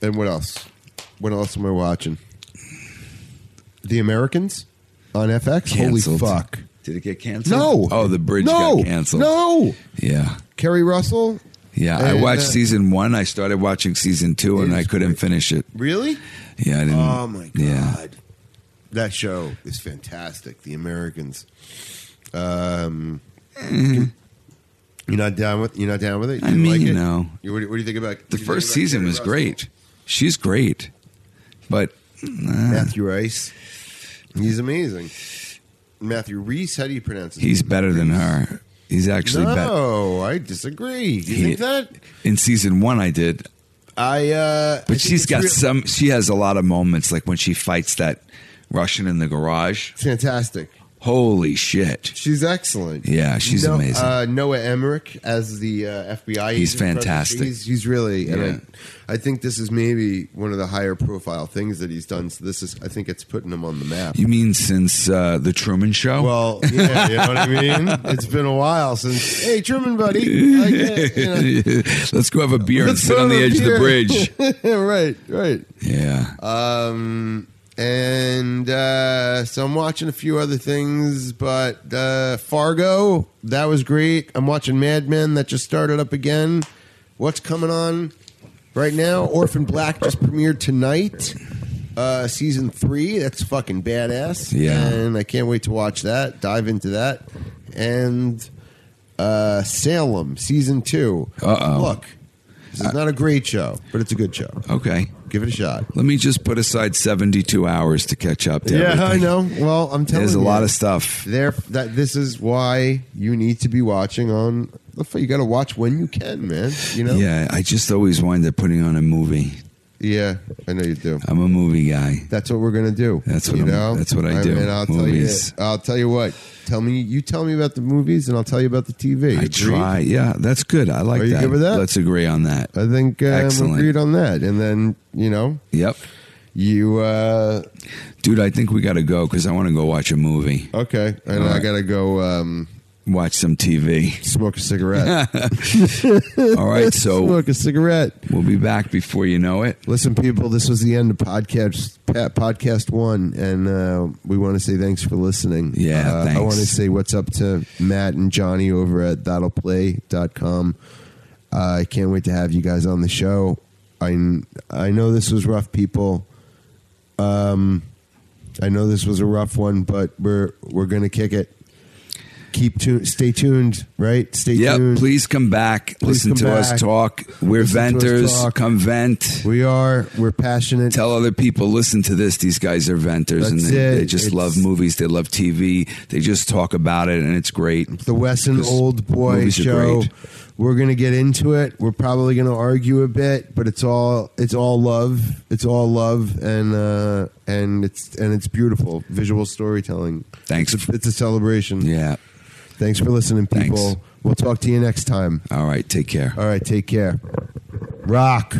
Speaker 2: and what else? What else am I watching? The Americans on FX.
Speaker 1: Canceled.
Speaker 2: Holy fuck!
Speaker 1: Did it get canceled?
Speaker 2: No.
Speaker 1: Oh, the bridge
Speaker 2: no.
Speaker 1: got canceled.
Speaker 2: No.
Speaker 1: Yeah.
Speaker 2: Kerry Russell.
Speaker 1: Yeah. I
Speaker 2: And,
Speaker 1: watched
Speaker 2: uh,
Speaker 1: season one. I started watching season two, and
Speaker 2: It
Speaker 1: I
Speaker 2: is
Speaker 1: couldn't
Speaker 2: great.
Speaker 1: finish it.
Speaker 2: Really?
Speaker 1: Yeah. I didn't.
Speaker 2: Oh my god.
Speaker 1: Yeah.
Speaker 2: That show is fantastic. The Americans. Um. You're not down with you're not down with it. You
Speaker 1: Mm-hmm. I
Speaker 2: didn't
Speaker 1: mean,
Speaker 2: like
Speaker 1: you
Speaker 2: it?
Speaker 1: know.
Speaker 2: You- What, do you- what do you think about
Speaker 1: The
Speaker 2: what do you think
Speaker 1: first
Speaker 2: about
Speaker 1: season
Speaker 2: Kerry
Speaker 1: was
Speaker 2: Russell?
Speaker 1: great. She's great, but uh,
Speaker 2: Matthew Rice. He's amazing. Matthew Reese, how do you pronounce his
Speaker 1: he's
Speaker 2: name?
Speaker 1: better than her. He's actually better.
Speaker 2: No, I disagree. You
Speaker 1: He-
Speaker 2: think that?
Speaker 1: In season one, I did,
Speaker 2: I. uh I
Speaker 1: but
Speaker 2: think
Speaker 1: she's
Speaker 2: it's
Speaker 1: got
Speaker 2: real-
Speaker 1: some. She has a lot of moments, like when she fights that Russian in the garage.
Speaker 2: Fantastic.
Speaker 1: Holy shit.
Speaker 2: She's excellent.
Speaker 1: Yeah, she's
Speaker 2: No-
Speaker 1: amazing.
Speaker 2: Uh, Noah Emmerich as the uh, FBI.
Speaker 1: He's
Speaker 2: agent from the
Speaker 1: fantastic.
Speaker 2: street. He's, he's really, and
Speaker 1: Yeah.
Speaker 2: I, I think this is maybe one of the higher profile things that he's done. So this is, I think it's putting him on the map.
Speaker 1: You mean since uh, the Truman Show?
Speaker 2: well, yeah, you know what I mean. It's been a while since. Hey, Truman, buddy. I get, you know.
Speaker 1: let's go have a beer and
Speaker 2: Let's
Speaker 1: sit
Speaker 2: go
Speaker 1: on the
Speaker 2: to
Speaker 1: edge of the
Speaker 2: pier. right,
Speaker 1: bridge.
Speaker 2: right.
Speaker 1: Yeah.
Speaker 2: Uh, Um, and uh, so I'm watching a few other things, but uh, Fargo that was great. I'm watching Mad Men that just started up again. What's coming on right now? Orphan Black just premiered tonight. Uh, season three, that's fucking badass.
Speaker 1: Yeah.
Speaker 2: and I can't wait to watch that. Dive into that, and uh, Salem season two.
Speaker 1: Uh-oh.
Speaker 2: Look, this is not a great show, but it's a good show.
Speaker 1: Okay.
Speaker 2: Give it a shot.
Speaker 1: Let me just put aside 72 hours to catch up to
Speaker 2: Yeah, I
Speaker 1: everything.
Speaker 2: know. Well, I'm telling
Speaker 1: There's a
Speaker 2: you,
Speaker 1: lot of stuff.
Speaker 2: there. That this is why you need to be watching on. the f- You got to watch when you can, man. You know.
Speaker 1: Yeah, I just always wind up putting on a movie.
Speaker 2: Yeah, I know you do.
Speaker 1: I'm a movie guy.
Speaker 2: That's what we're gonna do.
Speaker 1: That's what
Speaker 2: you
Speaker 1: I'm-
Speaker 2: know.
Speaker 1: that's what I do.
Speaker 2: And I'll
Speaker 1: Movies.
Speaker 2: tell you. I'll tell you what. Tell me. You tell me about the movies, and I'll tell you about the TV.
Speaker 1: I
Speaker 2: Agreed?
Speaker 1: try. Yeah, that's good. I like
Speaker 2: Are you
Speaker 1: that.
Speaker 2: good with that?
Speaker 1: Let's agree on that.
Speaker 2: I think uh, I'm
Speaker 1: Excellent.
Speaker 2: agreed on that. And then you know
Speaker 1: Yep.
Speaker 2: you. uh
Speaker 1: Dude, I think we got to go because I want to go watch a movie,
Speaker 2: Okay. And
Speaker 1: All
Speaker 2: I
Speaker 1: right.
Speaker 2: gotta go um
Speaker 1: watch some TV.
Speaker 2: smoke a cigarette.
Speaker 1: All right, so
Speaker 2: smoke a cigarette.
Speaker 1: we'll be back before you know it.
Speaker 2: Listen, people, this was the end of podcast pa- podcast one, and uh, we want to say thanks for listening.
Speaker 1: Yeah,
Speaker 2: uh,
Speaker 1: thanks.
Speaker 2: I want to say what's up to Matt and Johnny over at that'llplay.com. Uh, I can't wait to have you guys on the show. I I know this was rough, people. Um, I know this was a rough one, but we're we're gonna kick it. Keep tuned. Stay tuned. Right. Stay
Speaker 1: Yep,
Speaker 2: tuned.
Speaker 1: please come back.
Speaker 2: Please
Speaker 1: listen
Speaker 2: come
Speaker 1: to us
Speaker 2: back.
Speaker 1: talk. We're
Speaker 2: Listen to us
Speaker 1: venters.
Speaker 2: talk.
Speaker 1: Come vent.
Speaker 2: We are. We're passionate.
Speaker 1: Tell other people, listen to this. These guys are venters and
Speaker 2: That's
Speaker 1: they,
Speaker 2: it.
Speaker 1: they just
Speaker 2: It's-
Speaker 1: love movies. They love TV. They just talk about it and it's great.
Speaker 2: the Wesson
Speaker 1: Because
Speaker 2: Old Boy
Speaker 1: movies are
Speaker 2: show.
Speaker 1: great.
Speaker 2: We're gonna get into it. We're probably gonna argue a bit, but it's all it's all love. It's all love, and uh, and it's and it's beautiful visual storytelling.
Speaker 1: Thanks.
Speaker 2: It's a, it's a celebration.
Speaker 1: Yeah.
Speaker 2: Thanks for listening, people.
Speaker 1: Thanks.
Speaker 2: We'll talk to you next time.
Speaker 1: All right, take care.
Speaker 2: All right, take care. Rock.